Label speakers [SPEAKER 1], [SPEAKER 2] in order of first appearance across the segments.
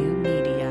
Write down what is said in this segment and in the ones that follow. [SPEAKER 1] W Media.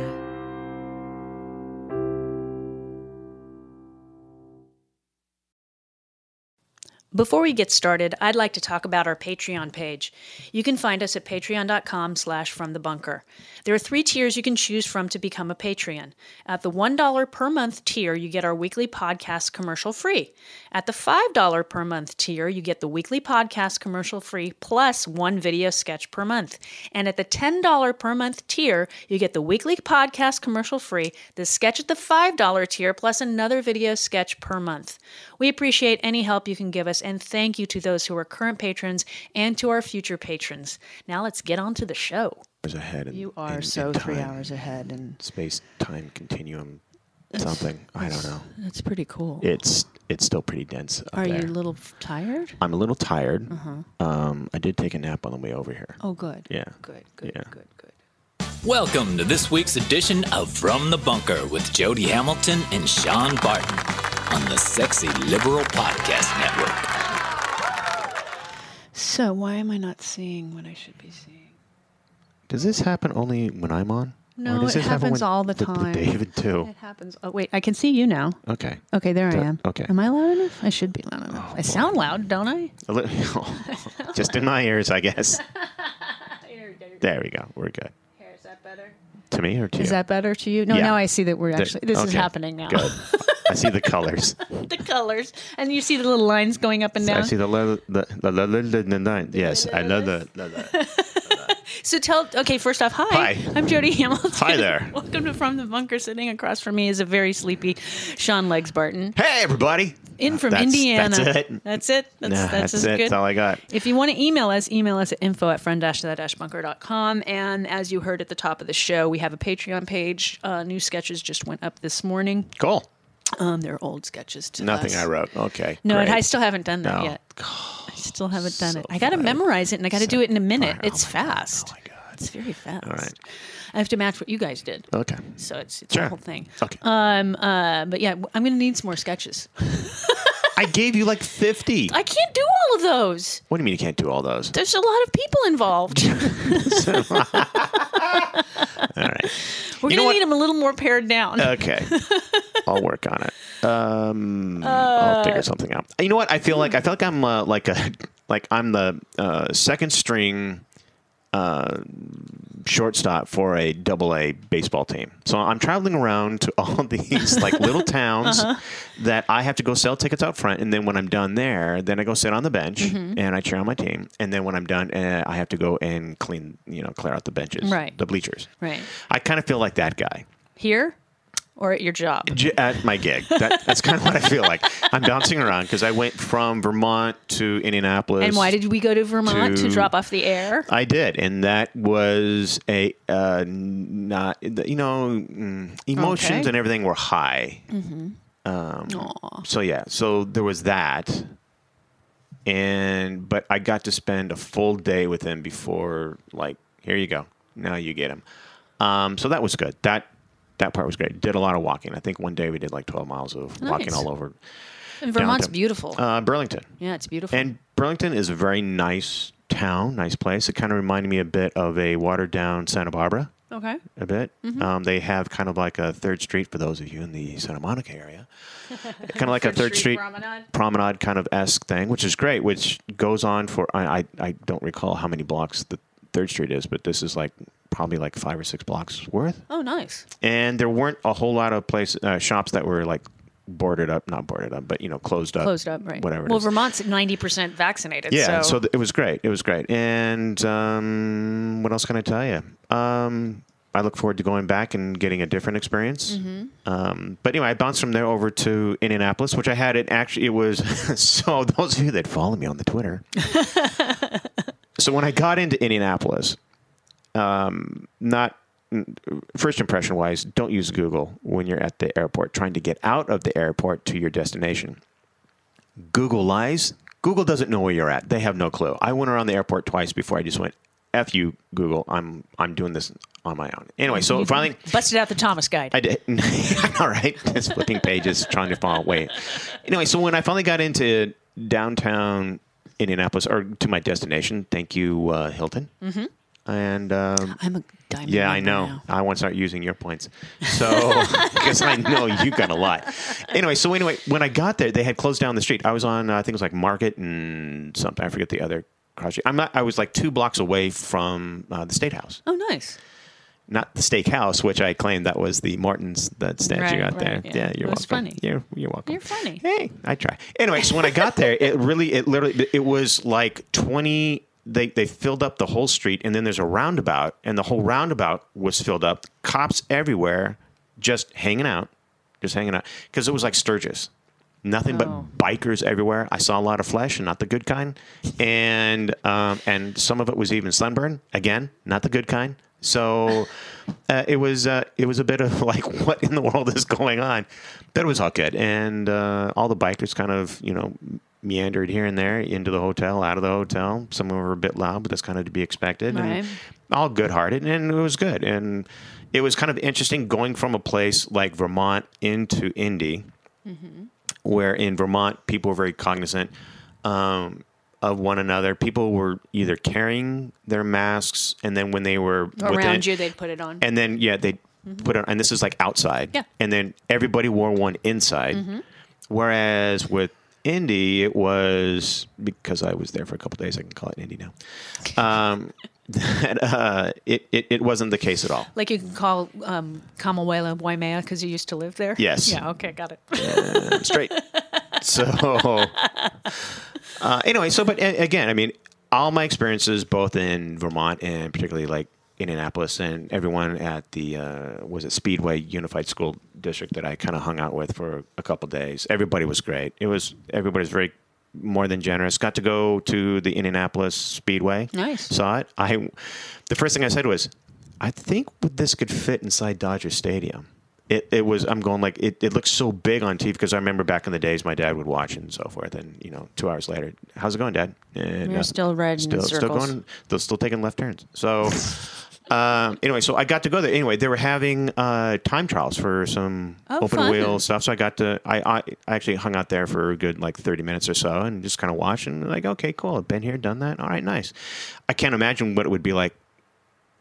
[SPEAKER 2] Before we get started, I'd like to talk about our Patreon page. You can find us at patreon.com slash from the bunker. There are three tiers you can choose from to become a Patreon. At the $1 per month tier, you get our weekly podcast commercial free. At the $5 per month tier, you get the weekly podcast commercial free plus one video sketch per month. And at the $10 per month tier, you get the weekly podcast commercial free, the sketch at the $5 tier, plus another video sketch per month. We appreciate any help you can give us, and thank you to those who are current patrons and to our future patrons. Now let's get on to the show.
[SPEAKER 3] hours ahead. In,
[SPEAKER 4] You are
[SPEAKER 3] in-
[SPEAKER 4] so
[SPEAKER 3] in
[SPEAKER 4] three
[SPEAKER 3] time,
[SPEAKER 4] hours ahead, and
[SPEAKER 3] Space time continuum, something. I don't know.
[SPEAKER 4] that's pretty cool.
[SPEAKER 3] It's it's still pretty dense. Up
[SPEAKER 4] are you
[SPEAKER 3] there.
[SPEAKER 4] a little f- tired?
[SPEAKER 3] I'm a little tired. Um, I did take a nap on the way over here.
[SPEAKER 4] Oh, good.
[SPEAKER 3] Yeah.
[SPEAKER 4] Good. Good.
[SPEAKER 3] Yeah.
[SPEAKER 4] Good. Good.
[SPEAKER 5] Welcome to this week's edition of From the Bunker with Jody Hamilton and Sean Barton on the Sexy Liberal Podcast Network.
[SPEAKER 4] So why am I not seeing what I should be seeing?
[SPEAKER 3] Does this happen only when I'm on?
[SPEAKER 4] No,
[SPEAKER 3] or does
[SPEAKER 4] it
[SPEAKER 3] this happen
[SPEAKER 4] happens
[SPEAKER 3] when-
[SPEAKER 4] all the
[SPEAKER 3] with- with
[SPEAKER 4] time.
[SPEAKER 3] David too.
[SPEAKER 4] It happens. Oh wait, I can see you now.
[SPEAKER 3] Okay.
[SPEAKER 4] Okay, there I
[SPEAKER 3] Th-
[SPEAKER 4] am.
[SPEAKER 3] okay. Oh,
[SPEAKER 4] Am I loud enough? I should be loud enough. I sound loud, don't I?
[SPEAKER 3] A li- Just in my ears, I guess. There we go. We're good.
[SPEAKER 2] Is that better?
[SPEAKER 3] To me or to you?
[SPEAKER 4] Is that better to you? No,
[SPEAKER 3] Yeah.
[SPEAKER 4] now I see that we're
[SPEAKER 3] Th-
[SPEAKER 4] actually this is
[SPEAKER 3] okay.
[SPEAKER 4] happening now.
[SPEAKER 3] Good. I see the colors.
[SPEAKER 2] The colors. And you see the little lines going up and
[SPEAKER 3] I
[SPEAKER 2] down.
[SPEAKER 3] see the le- the the le- le- le- le- le- Yes, I know the. the- the-
[SPEAKER 2] So tell okay, first off, hi.
[SPEAKER 3] Hi.
[SPEAKER 2] I'm Jody Hamilton.
[SPEAKER 3] Hi there.
[SPEAKER 2] Welcome to From the Bunker. Sitting across from me is a very sleepy Sean Legs Barton.
[SPEAKER 3] Hey, everybody!
[SPEAKER 2] In from
[SPEAKER 3] That's-
[SPEAKER 2] Indiana.
[SPEAKER 3] That's it.
[SPEAKER 2] That's it. That's,
[SPEAKER 3] Nah,
[SPEAKER 2] that's, as
[SPEAKER 3] it.
[SPEAKER 2] good.
[SPEAKER 3] That's all I got.
[SPEAKER 2] If you want to email us, email us at info at friend bunker.com. And as you heard at the top of the show, we have a Patreon page. Uh, new sketches just went up this morning.
[SPEAKER 3] Cool.
[SPEAKER 2] Um, they're old sketches to
[SPEAKER 3] Nothing
[SPEAKER 2] us.
[SPEAKER 3] I wrote. Okay.
[SPEAKER 2] No,
[SPEAKER 3] great.
[SPEAKER 2] and I still haven't done that
[SPEAKER 3] No.
[SPEAKER 2] yet. I still haven't done
[SPEAKER 3] so
[SPEAKER 2] it. I got to
[SPEAKER 3] fine.
[SPEAKER 2] memorize it and I got to
[SPEAKER 3] So
[SPEAKER 2] do it in a minute.
[SPEAKER 3] fine. Oh
[SPEAKER 2] It's
[SPEAKER 3] my God.
[SPEAKER 2] fast.
[SPEAKER 3] Oh my God.
[SPEAKER 2] It's very fast.
[SPEAKER 3] right.
[SPEAKER 2] I have to match what you guys did.
[SPEAKER 3] Okay.
[SPEAKER 2] So it's, it's
[SPEAKER 3] Sure.
[SPEAKER 2] the whole thing.
[SPEAKER 3] Okay.
[SPEAKER 2] Um, uh, but yeah, I'm going to need some more sketches.
[SPEAKER 3] I gave you like 50.
[SPEAKER 2] I can't do all of those.
[SPEAKER 3] What do you mean you can't do all those?
[SPEAKER 2] There's a lot of people involved.
[SPEAKER 3] All right.
[SPEAKER 2] We're
[SPEAKER 3] You
[SPEAKER 2] going to
[SPEAKER 3] know what? Uh,
[SPEAKER 2] need them a little more pared down.
[SPEAKER 3] Okay. I'll work on it. Um,
[SPEAKER 2] Uh,
[SPEAKER 3] I'll figure something out. You know what? I feel like I feel like I'm uh, like a like I'm the uh, second string uh, shortstop for a double A baseball team. So I'm traveling around to all these like
[SPEAKER 2] Uh-huh.
[SPEAKER 3] little towns that I have to go sell tickets out front, and then when I'm done there, then I go sit on the bench
[SPEAKER 2] Mm-hmm.
[SPEAKER 3] and I cheer on my team, and then when I'm done, uh, I have to go and clean you know clear out the benches,
[SPEAKER 2] Right.
[SPEAKER 3] The bleachers,
[SPEAKER 2] Right.
[SPEAKER 3] I kind of feel like that guy.
[SPEAKER 2] Here or at your job?
[SPEAKER 3] J- at my gig. That, that's kind of what I feel like. I'm bouncing around because I went from Vermont to Indianapolis.
[SPEAKER 2] And why did we go to Vermont to,
[SPEAKER 3] to-
[SPEAKER 2] drop off the air?
[SPEAKER 3] I did, and that was a uh, n- not you know mm, emotions
[SPEAKER 2] Okay.
[SPEAKER 3] and everything were high. Um, so yeah, so there was that, and but I got to spend a full day with him before like here you go now you get him. Um, so that was good. That that part was great. Did a lot of walking. I think one day we did like twelve miles of walking
[SPEAKER 2] Nice.
[SPEAKER 3] all over
[SPEAKER 2] And Vermont's
[SPEAKER 3] downtown.
[SPEAKER 2] beautiful.
[SPEAKER 3] uh, Burlington.
[SPEAKER 2] yeah, it's beautiful.
[SPEAKER 3] And Burlington is a very nice town, nice place. It kind of reminded me a bit of a watered down Santa Barbara,
[SPEAKER 2] okay.
[SPEAKER 3] a bit.
[SPEAKER 2] Mm-hmm.
[SPEAKER 3] Um, they have kind of like a third street for those of you in the Santa Monica area, kind of like a third street,
[SPEAKER 2] promenade.
[SPEAKER 3] promenade kind of esque thing, which is great, which goes on for, I, I, I don't recall how many blocks the third street is, but this is like probably like five or six blocks worth.
[SPEAKER 2] Oh, nice.
[SPEAKER 3] And there weren't a whole lot of place, uh, shops that were like, Boarded up, not boarded up, but you know, closed up.
[SPEAKER 2] Closed up, right?
[SPEAKER 3] Uh, Whatever. it
[SPEAKER 2] Well,
[SPEAKER 3] is.
[SPEAKER 2] Vermont's 90% vaccinated.
[SPEAKER 3] Yeah,
[SPEAKER 2] So,
[SPEAKER 3] so, th- it was great. It was great. And um, what else can I tell you? Um, I look forward to going back and getting a different experience. Um, but anyway, I bounced from there over to Indianapolis, which I had it actually. It was so those of you that follow me on the Twitter. so when I got into Indianapolis, um, not first impression wise, don't use Google when you're at the airport trying to get out of the airport to your destination. Google lies. Google doesn't know where you're at. They have no clue. I went around the airport twice before I just went, F you, Google. I'm I'm doing this on my own. Anyway, so finally
[SPEAKER 2] busted out the Thomas guide.
[SPEAKER 3] I did. All right. Just flipping pages, trying to follow. Wait. Anyway, so when I finally got into downtown Indianapolis or to my destination, thank you, uh, Hilton. Mm-hmm. and um,
[SPEAKER 4] I'm a diamond.
[SPEAKER 3] yeah, I
[SPEAKER 4] member
[SPEAKER 3] know.
[SPEAKER 4] now.
[SPEAKER 3] I want to start using your points. So, because I know you got a lot. Anyway, so anyway, when I got there, they had closed down the street. I was on, uh, I think it was like Market and something. I forget the other cross street. I'm not, I was like two blocks away from uh, the State House,
[SPEAKER 4] Oh, nice.
[SPEAKER 3] not the Steakhouse, which I claimed that was the Morton's that statue
[SPEAKER 4] Right,
[SPEAKER 3] out there.
[SPEAKER 4] right,
[SPEAKER 3] Yeah,
[SPEAKER 4] yeah.
[SPEAKER 3] you're
[SPEAKER 4] That's
[SPEAKER 3] welcome.
[SPEAKER 4] funny.
[SPEAKER 3] You're, you're welcome.
[SPEAKER 4] You're funny.
[SPEAKER 3] Hey, I try. Anyway, so when I got there, it really, it literally, it was like 20. They, they filled up the whole street, and then there's a roundabout, and the whole roundabout was filled up. Cops everywhere, just hanging out, just hanging out, because it was like Sturgis, nothing
[SPEAKER 4] Oh.
[SPEAKER 3] but bikers everywhere. I saw a lot of flesh, and not the good kind, and um, and some of it was even sunburn. Again, not the good kind. So uh, it was uh, it was a bit of like what in the world is going on, but it was all good, and uh, all the bikers kind of you know meandered here and there into the hotel, out of the hotel. Some of them were a bit loud, but that's kind of to be expected.
[SPEAKER 4] Right.
[SPEAKER 3] And all good-hearted, and it was good, and it was kind of interesting going from a place like Vermont into Indy, where in Vermont people were very cognizant um, of one another. People were either carrying their masks, and then when they were
[SPEAKER 2] Around
[SPEAKER 3] within-
[SPEAKER 2] you, they'd put it on.
[SPEAKER 3] and then yeah, they put it, and this is like outside.
[SPEAKER 2] Yeah. Mm-hmm.
[SPEAKER 3] And then everybody wore one inside. Whereas with Indy, it was because I was there for a couple days. I can call it Indy now. Um, that, uh, it, it it wasn't the case at all.
[SPEAKER 2] like you can call um, Kamuela Waimea because you used to live there?
[SPEAKER 3] Yes.
[SPEAKER 2] Yeah, okay, got it.
[SPEAKER 3] I'm straight. So, uh, anyway, so but a- again, I mean, all my experiences, both in Vermont and particularly like Indianapolis, and everyone at the uh, was it Speedway Unified School District that I kind of hung out with for a couple days. Everybody was great. It was everybody's very more than generous. Got to go to the Indianapolis Speedway.
[SPEAKER 4] Nice.
[SPEAKER 3] Saw it. I the first thing I said was, I think this could fit inside Dodger Stadium. It, it was I'm going like it, it looks so big on TV because I remember back in the days my dad would watch and so forth and you know two hours later how's it going dad and uh,
[SPEAKER 4] You're still riding in
[SPEAKER 3] still
[SPEAKER 4] circles.
[SPEAKER 3] going they're still taking left turns so um, anyway so I got to go there anyway they were having uh, time trials for some
[SPEAKER 4] Oh,
[SPEAKER 3] open
[SPEAKER 4] fun.
[SPEAKER 3] wheel stuff so I got to I, I I actually hung out there for a good like 30 minutes or so and just kind of watched and like okay cool I've been here done that all right nice I can't imagine what it would be like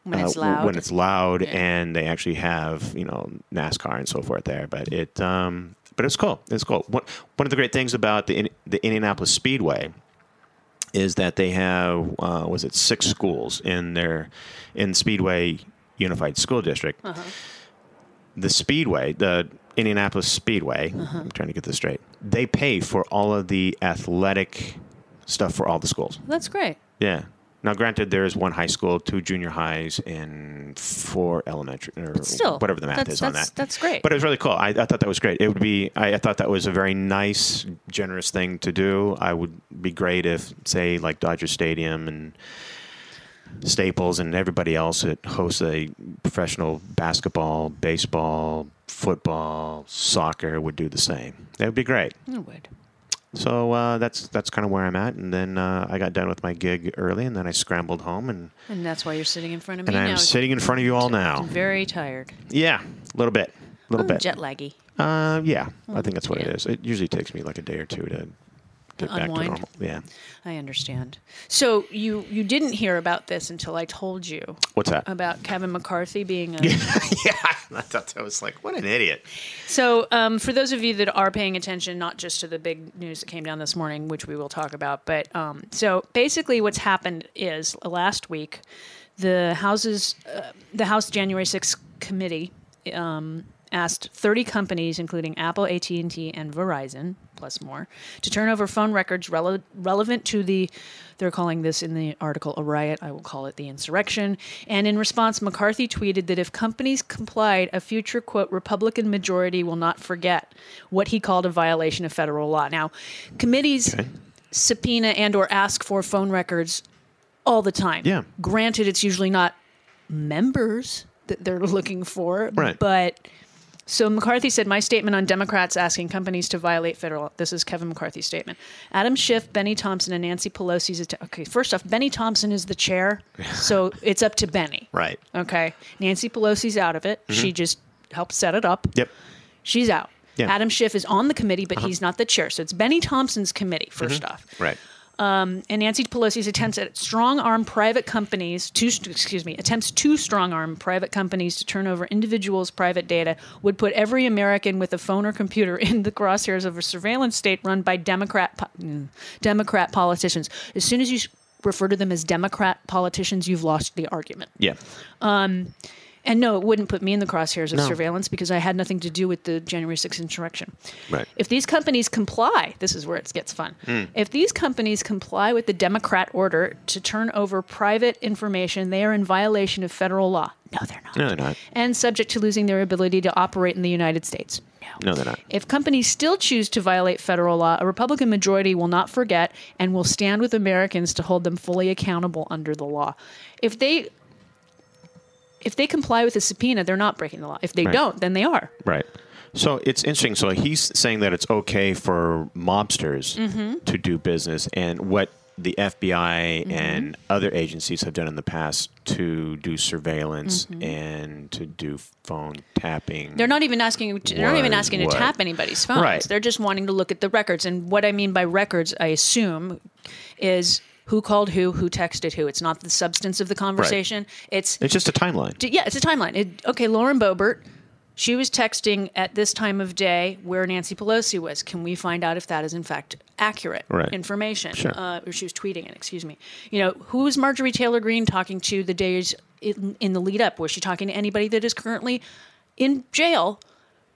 [SPEAKER 4] When it's
[SPEAKER 3] uh, w-
[SPEAKER 4] loud.
[SPEAKER 3] when it's loud and they actually have you know NASCAR and so forth there. But it um, but it's cool. It's cool. One, one of the great things about the In- the Indianapolis Speedway is that they have uh, was it six schools in their in Speedway Unified School District.
[SPEAKER 4] Uh-huh.
[SPEAKER 3] The Speedway, the Indianapolis Speedway.
[SPEAKER 4] Uh-huh.
[SPEAKER 3] I'm trying to get this straight. They pay for all of the athletic stuff for all the schools.
[SPEAKER 4] That's great.
[SPEAKER 3] Yeah. Now, granted, there is one high school, two junior highs, and four elementary, or
[SPEAKER 4] still,
[SPEAKER 3] whatever the math
[SPEAKER 4] that's-
[SPEAKER 3] is on
[SPEAKER 4] that's-
[SPEAKER 3] that.
[SPEAKER 4] that's great.
[SPEAKER 3] But it was really cool. I, I thought that was great. It would be. I, I thought that was a very nice, generous thing to do. I would be great if, say, like Dodger Stadium and Staples and everybody else that hosts a professional basketball, baseball, football, soccer would do the same. That would be great.
[SPEAKER 4] I
[SPEAKER 2] Oh,
[SPEAKER 4] would.
[SPEAKER 3] So uh, that's that's kind of where I'm at, and then uh, I got done with my gig early, and then I scrambled home, and
[SPEAKER 4] And that's why you're sitting in front of me
[SPEAKER 3] and
[SPEAKER 4] now.
[SPEAKER 3] I'm sitting in front of you all now.
[SPEAKER 4] Very tired.
[SPEAKER 3] Yeah, a little bit, a
[SPEAKER 2] Oh,
[SPEAKER 3] little
[SPEAKER 4] I'm
[SPEAKER 3] bit.
[SPEAKER 4] jet laggy.
[SPEAKER 3] Uh, yeah, I think that's what
[SPEAKER 4] yeah.
[SPEAKER 3] it is. It usually takes me like a day or two to get back to
[SPEAKER 4] unwind.
[SPEAKER 3] normal. Yeah,
[SPEAKER 4] I understand.
[SPEAKER 2] So you, you didn't hear about this until I told you
[SPEAKER 3] what's that?
[SPEAKER 2] about Kevin McCarthy being a.
[SPEAKER 3] yeah, I thought that was like what an idiot.
[SPEAKER 2] So, um, for those of you that are paying attention, not just to the big news that came down this morning, which we will talk about, but um, so basically, what's happened is uh, last week, the houses, uh, the House January 6th committee um, asked 30 companies, including Apple, AT and T, and Verizon, plus more, to turn over phone records rele- relevant to the. They're calling this in the article a riot. I will call it the insurrection. And in response, McCarthy tweeted that if companies complied, a future quote Republican majority will not forget what he called a violation of federal law. Now, committees subpoena and or ask for phone records all the time.
[SPEAKER 3] Yeah.
[SPEAKER 2] Granted, it's usually not members that they're looking for,
[SPEAKER 3] Right.
[SPEAKER 2] but so McCarthy said, My statement on Democrats asking companies to violate federal. This is Kevin McCarthy's statement. Adam Schiff, Benny Thompson, and Nancy Pelosi's. Att- okay, first off, Benny Thompson is the chair, so it's up to Benny.
[SPEAKER 3] Right. Mm-hmm.
[SPEAKER 2] Okay. Nancy Pelosi's out of it. She just helped set it up.
[SPEAKER 3] Yep.
[SPEAKER 2] She's out.
[SPEAKER 3] Yeah. Uh-huh. Mm-hmm.
[SPEAKER 2] Adam Schiff is on the committee, but he's not the chair. So it's Benny Thompson's committee, 1st off.
[SPEAKER 3] Right.
[SPEAKER 2] Um, and Nancy Pelosi's attempts at strong arm private companies to excuse me attempts to strong arm private companies to turn over individuals' private data would put every American with a phone or computer in the crosshairs of a surveillance state run by Democrat po- mm, Democrat politicians. As soon as you s- refer to them as Democrat politicians, you've lost the argument.
[SPEAKER 3] Yeah.
[SPEAKER 2] And no, it wouldn't put me in the crosshairs of
[SPEAKER 3] No.
[SPEAKER 2] surveillance because I had nothing to do with the January 6th insurrection.
[SPEAKER 3] Right.
[SPEAKER 2] If these companies comply, this is where it gets fun.
[SPEAKER 3] Hmm.
[SPEAKER 2] If these companies comply with the Democrat order to turn over private information, they are in violation of federal law. No, they're not.
[SPEAKER 3] No, they're not.
[SPEAKER 2] And subject to losing their ability to operate in the United States.
[SPEAKER 3] No, they're not.
[SPEAKER 2] If companies still choose to violate federal law, a Republican majority will not forget and will stand with Americans to hold them fully accountable under the law. If they if they comply with a subpoena, they're not breaking the law. If they
[SPEAKER 3] Right.
[SPEAKER 2] don't, then they are.
[SPEAKER 3] Right. So it's interesting. So he's saying that it's okay for mobsters
[SPEAKER 2] Mm-hmm.
[SPEAKER 3] to do business, and what the FBI and other agencies have done in the past to do surveillance and to do phone tapping.
[SPEAKER 2] Mm-hmm. They're not even asking. To, they're not even
[SPEAKER 3] Why-
[SPEAKER 2] asking
[SPEAKER 3] why?
[SPEAKER 2] to tap anybody's phones.
[SPEAKER 3] Right.
[SPEAKER 2] They're just wanting to look at the records. And what I mean by records, I assume, is who called who, who texted who. It's not the substance of the conversation. It's
[SPEAKER 3] It's just a timeline.
[SPEAKER 2] yeah, it's a timeline. It, okay, Lauren Boebert, she was texting at this time of day where Nancy Pelosi was. Can we find out if that is in fact accurate
[SPEAKER 3] Right.
[SPEAKER 2] information?
[SPEAKER 3] Sure.
[SPEAKER 2] Uh, or she was tweeting it. Excuse me. You know, who is Marjorie Taylor Greene talking to the days in, in the lead up? Was she talking to anybody that is currently in jail?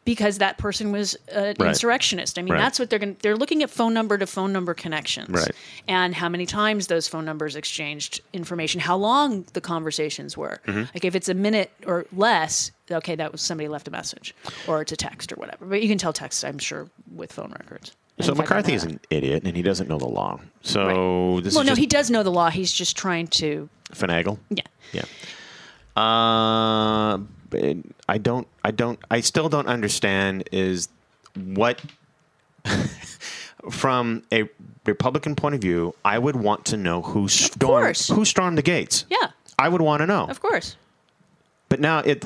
[SPEAKER 2] Because that person was an
[SPEAKER 3] Right.
[SPEAKER 2] insurrectionist. I mean,
[SPEAKER 3] Right.
[SPEAKER 2] that's what they're going. to They're looking at phone number to phone number connections,
[SPEAKER 3] Right.
[SPEAKER 2] and how many times those phone numbers exchanged information, how long the conversations were.
[SPEAKER 3] Mm-hmm.
[SPEAKER 2] Like if it's a minute or less, okay, that was somebody left a message, or it's a text or whatever. But you can tell text, I'm sure, with phone records.
[SPEAKER 3] So
[SPEAKER 2] In fact, I
[SPEAKER 3] McCarthy
[SPEAKER 2] know
[SPEAKER 3] is
[SPEAKER 2] that.
[SPEAKER 3] an idiot, and he doesn't know the law. So this
[SPEAKER 2] Well, no,
[SPEAKER 3] is just
[SPEAKER 2] he does know the law. He's just trying to.
[SPEAKER 3] finagle.
[SPEAKER 2] Yeah.
[SPEAKER 3] Yeah. Uh, but I don't. I don't. I still don't understand. Is what from a Republican point of view, I would want to know who stormed
[SPEAKER 2] course.
[SPEAKER 3] who stormed the gates.
[SPEAKER 2] Yeah.
[SPEAKER 3] I would want to know.
[SPEAKER 2] Of course.
[SPEAKER 3] But now it.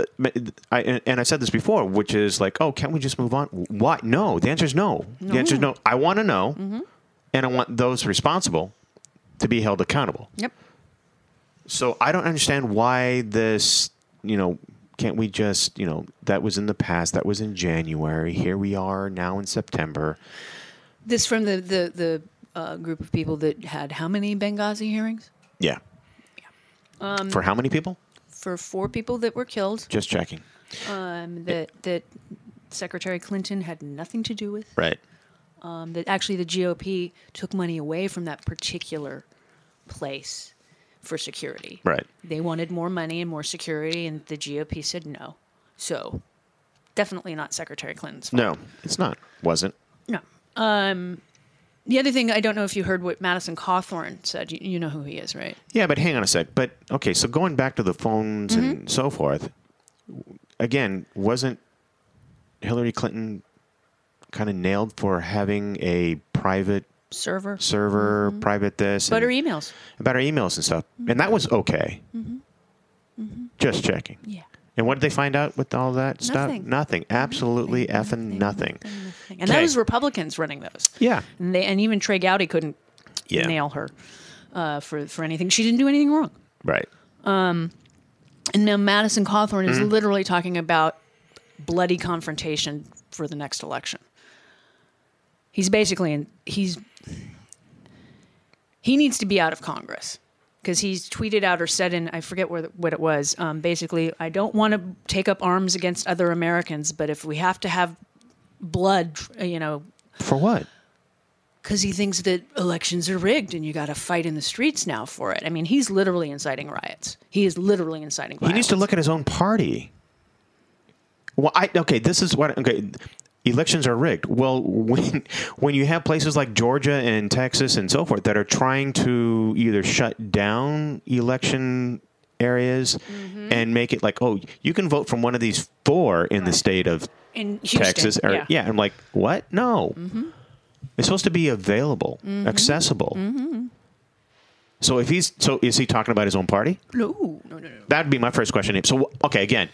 [SPEAKER 3] I and I said this before, which is like, oh, can't we just move on? Why? No. The answer is no. The answer is no. I want to know,
[SPEAKER 2] Mm-hmm.
[SPEAKER 3] and I want those responsible to be held accountable.
[SPEAKER 2] Yep.
[SPEAKER 3] So I don't understand why this, you know, can't we just, you know, that was in the past, that was in January. Here we are now in September.
[SPEAKER 2] This from the the the uh, group of people that had how many Benghazi hearings
[SPEAKER 3] Yeah. For how many people?
[SPEAKER 2] for four people that were killed
[SPEAKER 3] Just checking.
[SPEAKER 2] um, that that Secretary Clinton had nothing to do with.
[SPEAKER 3] Right.
[SPEAKER 2] um, that actually the GOP took money away from that particular place for security.
[SPEAKER 3] Right.
[SPEAKER 2] They wanted more money and more security, and the GOP said no. So definitely not Secretary Clinton's fault.
[SPEAKER 3] No, it's not. Wasn't.
[SPEAKER 2] No. Um, the other thing, I don't know if you heard what Madison Cawthorn said. You, you know who he is, right?
[SPEAKER 3] Yeah, but hang on a sec. But okay, so going back to the phones and so forth, again, wasn't Hillary Clinton kind of nailed for having a private
[SPEAKER 2] Server.
[SPEAKER 3] server, private this?
[SPEAKER 2] But her
[SPEAKER 3] and-
[SPEAKER 2] emails.
[SPEAKER 3] about our emails and stuff, and that was okay. Just checking.
[SPEAKER 2] Yeah.
[SPEAKER 3] And what did they find out with all that stuff?
[SPEAKER 2] Nothing.
[SPEAKER 3] Mm-hmm. Nothing. Absolutely effing nothing.
[SPEAKER 2] And that
[SPEAKER 3] Okay.
[SPEAKER 2] was Republicans running those.
[SPEAKER 3] Yeah.
[SPEAKER 2] And, they, and even Trey Gowdy couldn't
[SPEAKER 3] Yeah.
[SPEAKER 2] nail her uh, for, for anything. She didn't do anything wrong.
[SPEAKER 3] Right.
[SPEAKER 2] And now Madison Cawthorn is
[SPEAKER 3] Mm-hmm.
[SPEAKER 2] literally talking about bloody confrontation for the next election. He's basically in, he's he needs to be out of Congress because he's tweeted out or said in I forget where, what it was. Um, basically, I don't want to take up arms against other Americans, but if we have to have blood, you know,
[SPEAKER 3] For what?
[SPEAKER 2] because he thinks that elections are rigged and you got to fight in the streets now for it. I mean, he's literally inciting riots. He is literally inciting.
[SPEAKER 3] He needs to look at his own party. Well, I okay. This is what okay. Elections are rigged. Well, when when you have places like Georgia and Texas and so forth that are trying to either shut down election areas and make it like, oh, you can vote from one of these four in the state of
[SPEAKER 2] in Houston,
[SPEAKER 3] Texas. Or, yeah. I'm like, what? No. It's supposed to be available, accessible. So if he's so is he talking about his own party?
[SPEAKER 2] No, no, no, no.
[SPEAKER 3] That'd be my first question. So wh- okay, again,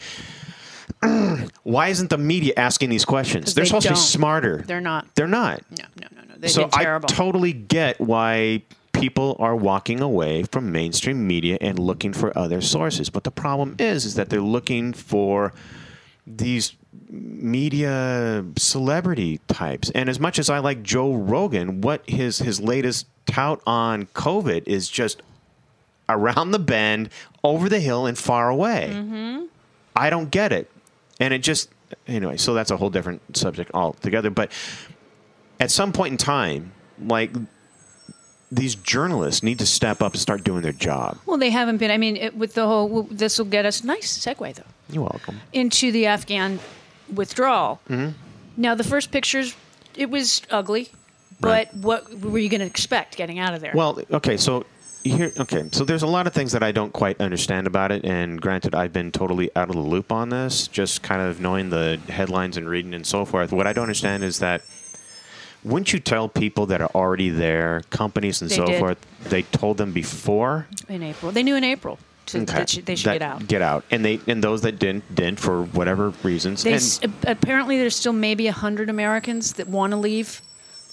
[SPEAKER 3] why isn't the media asking these questions? They're
[SPEAKER 2] they
[SPEAKER 3] supposed to be
[SPEAKER 2] don't.
[SPEAKER 3] smarter.
[SPEAKER 2] They're not.
[SPEAKER 3] They're not.
[SPEAKER 2] No, no, no, no. They
[SPEAKER 3] so
[SPEAKER 2] did
[SPEAKER 3] I
[SPEAKER 2] terrible.
[SPEAKER 3] totally get why people are walking away from mainstream media and looking for other sources. But the problem is, is that they're looking for these media celebrity types. And as much as I like Joe Rogan, what his his latest tout on COVID is just around the bend, over the hill, and far away. I don't get it. And it just, anyway, so that's a whole different subject altogether. But at some point in time, like, these journalists need to step up and start doing their job.
[SPEAKER 2] Well, they haven't been. I mean, it, with the whole, this will get us nice segue though
[SPEAKER 3] You're welcome.
[SPEAKER 2] into the Afghan withdrawal.
[SPEAKER 3] Mm-hmm.
[SPEAKER 2] Now, the first pictures, it was ugly, but
[SPEAKER 3] Right.
[SPEAKER 2] what were you going to expect getting out of there?
[SPEAKER 3] Well, okay, so here, okay, so there's a lot of things that I don't quite understand about it, and granted, I've been totally out of the loop on this, just kind of knowing the headlines and reading and so forth. What I don't understand is that wouldn't you tell people that are already there, companies and
[SPEAKER 2] They
[SPEAKER 3] so
[SPEAKER 2] did.
[SPEAKER 3] forth, they told them before?
[SPEAKER 2] in April, they knew in April to, that should- they should
[SPEAKER 3] That-
[SPEAKER 2] get out.
[SPEAKER 3] Get out, and they and those that didn't didn't for whatever reasons.
[SPEAKER 2] They
[SPEAKER 3] and
[SPEAKER 2] s- apparently, there's still maybe hundred Americans that want to leave,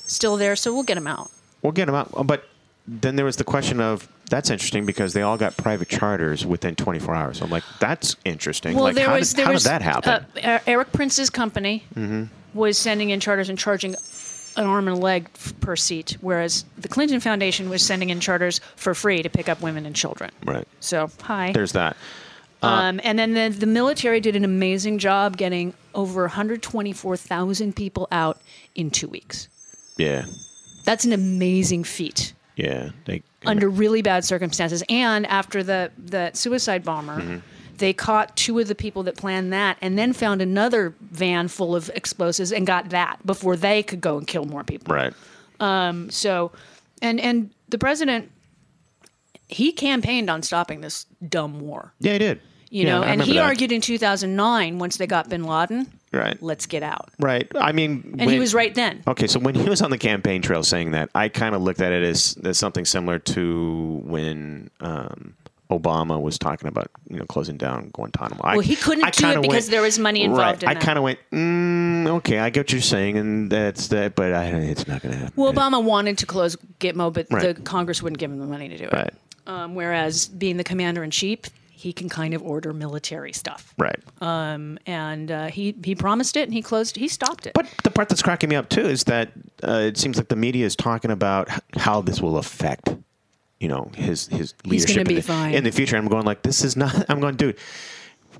[SPEAKER 2] still there. So we'll get them out.
[SPEAKER 3] we'll get them out. Uh, But then there was the question of that's interesting because they all got private charters within 24 hours. So I'm like, that's interesting.
[SPEAKER 2] Well,
[SPEAKER 3] like,
[SPEAKER 2] there
[SPEAKER 3] how
[SPEAKER 2] was
[SPEAKER 3] did,
[SPEAKER 2] there
[SPEAKER 3] how
[SPEAKER 2] was
[SPEAKER 3] did that happen? Mm-hmm.
[SPEAKER 2] uh, Er- Eric Prince's company was sending in charters and charging an arm and a leg f- per seat, whereas the Clinton Foundation was sending in charters for free to pick up women and children.
[SPEAKER 3] right.
[SPEAKER 2] So hi.
[SPEAKER 3] There's that.
[SPEAKER 2] um, and then the, the military did an amazing job getting over 124,000 people out in two weeks.
[SPEAKER 3] Yeah.
[SPEAKER 2] That's an amazing feat
[SPEAKER 3] Yeah. They
[SPEAKER 2] under really bad circumstances. And after the, the suicide bomber,
[SPEAKER 3] Mm-hmm.
[SPEAKER 2] they caught two of the people that planned that and then found another van full of explosives and got that before they could go and kill more people.
[SPEAKER 3] right.
[SPEAKER 2] So, and, and the president, he campaigned on stopping this dumb war.
[SPEAKER 3] Yeah, he did.
[SPEAKER 2] You
[SPEAKER 3] Yeah,
[SPEAKER 2] know,
[SPEAKER 3] I
[SPEAKER 2] and
[SPEAKER 3] remember
[SPEAKER 2] he
[SPEAKER 3] that.
[SPEAKER 2] argued in 2009 once they got bin Laden,
[SPEAKER 3] Right.
[SPEAKER 2] let's get out.
[SPEAKER 3] Right. I mean,
[SPEAKER 2] And he was right then.
[SPEAKER 3] Okay, so when he was on the campaign trail saying that, I kind of looked at it as, as something similar to when um, Obama was talking about you know closing down Guantanamo. I,
[SPEAKER 2] Well, he couldn't
[SPEAKER 3] I
[SPEAKER 2] do it
[SPEAKER 3] kinda
[SPEAKER 2] because
[SPEAKER 3] went-
[SPEAKER 2] there was money involved
[SPEAKER 3] Right,
[SPEAKER 2] in
[SPEAKER 3] I
[SPEAKER 2] that.
[SPEAKER 3] kind of went, mm, okay, I get what you're saying, and that's that, but I, it's not going to happen.
[SPEAKER 2] Well, Obama wanted to close Gitmo, but
[SPEAKER 3] Oh. Right.
[SPEAKER 2] the Congress wouldn't give him the money to do it.
[SPEAKER 3] Right.
[SPEAKER 2] Um, whereas being the commander in chief, he can kind of order military stuff.
[SPEAKER 3] Right.
[SPEAKER 2] And uh, he, he promised it and he closed, he stopped it.
[SPEAKER 3] but the part that's cracking me up too is that uh, it seems like the media is talking about h- how this will affect, you know, his his leadership
[SPEAKER 2] gonna
[SPEAKER 3] in,
[SPEAKER 2] be
[SPEAKER 3] the,
[SPEAKER 2] fine.
[SPEAKER 3] in the future. I'm going like, this is not. I'm going, dude.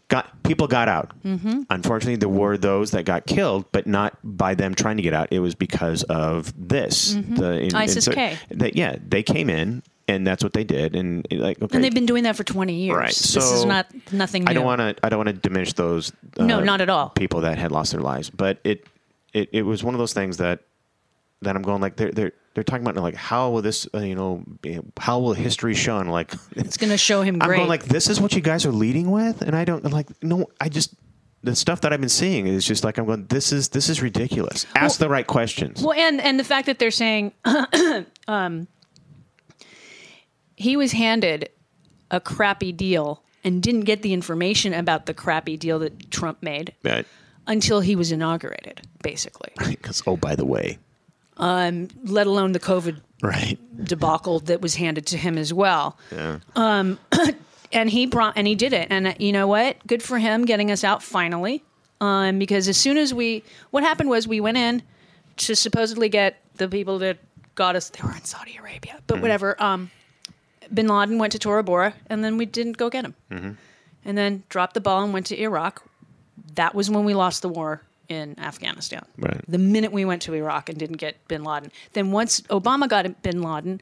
[SPEAKER 3] Got people got out.
[SPEAKER 2] Mm-hmm.
[SPEAKER 3] Unfortunately, there were those that got killed, but not by them trying to get out. It was because of this. The in- in-
[SPEAKER 2] Mm-hmm. ISIS K.
[SPEAKER 3] that- yeah, they came in, and that's what they did. And like, okay,
[SPEAKER 2] and they've been doing that for 20 years.
[SPEAKER 3] Right. So
[SPEAKER 2] this is not nothing new.
[SPEAKER 3] I don't want to. I don't want to diminish those. Uh,
[SPEAKER 2] No, not at all.
[SPEAKER 3] People that had lost their lives, but it, it, it was one of those things that, that I'm going like they're they're they're talking about like how will this uh, you know be- how will history shun like
[SPEAKER 2] it's going to show him
[SPEAKER 3] I'm
[SPEAKER 2] great.
[SPEAKER 3] going like this is what you guys are leading with, and I don't I'm like no I just the stuff that I've been seeing is just like I'm going this is this is ridiculous. Ask the right questions.
[SPEAKER 2] Well, and and the fact that they're saying um, he was handed a crappy deal and didn't get the information about the crappy deal that Trump made
[SPEAKER 3] Right.
[SPEAKER 2] until he was inaugurated, basically.
[SPEAKER 3] Because oh by the way,
[SPEAKER 2] Let alone the COVID
[SPEAKER 3] right.
[SPEAKER 2] debacle that was handed to him as well. Um, and he brought and he did it. And uh, you know what? Good for him getting us out finally. Um, because as soon as we, what happened was we went in to supposedly get the people that got us. They were in Saudi Arabia, but whatever. Um, Bin Laden went to Tora Bora, and then we didn't go get him. And then dropped the ball and went to Iraq. That was when we lost the war in Afghanistan
[SPEAKER 3] Right.
[SPEAKER 2] the minute we went to Iraq and didn't get bin Laden. Then once Obama got bin Laden,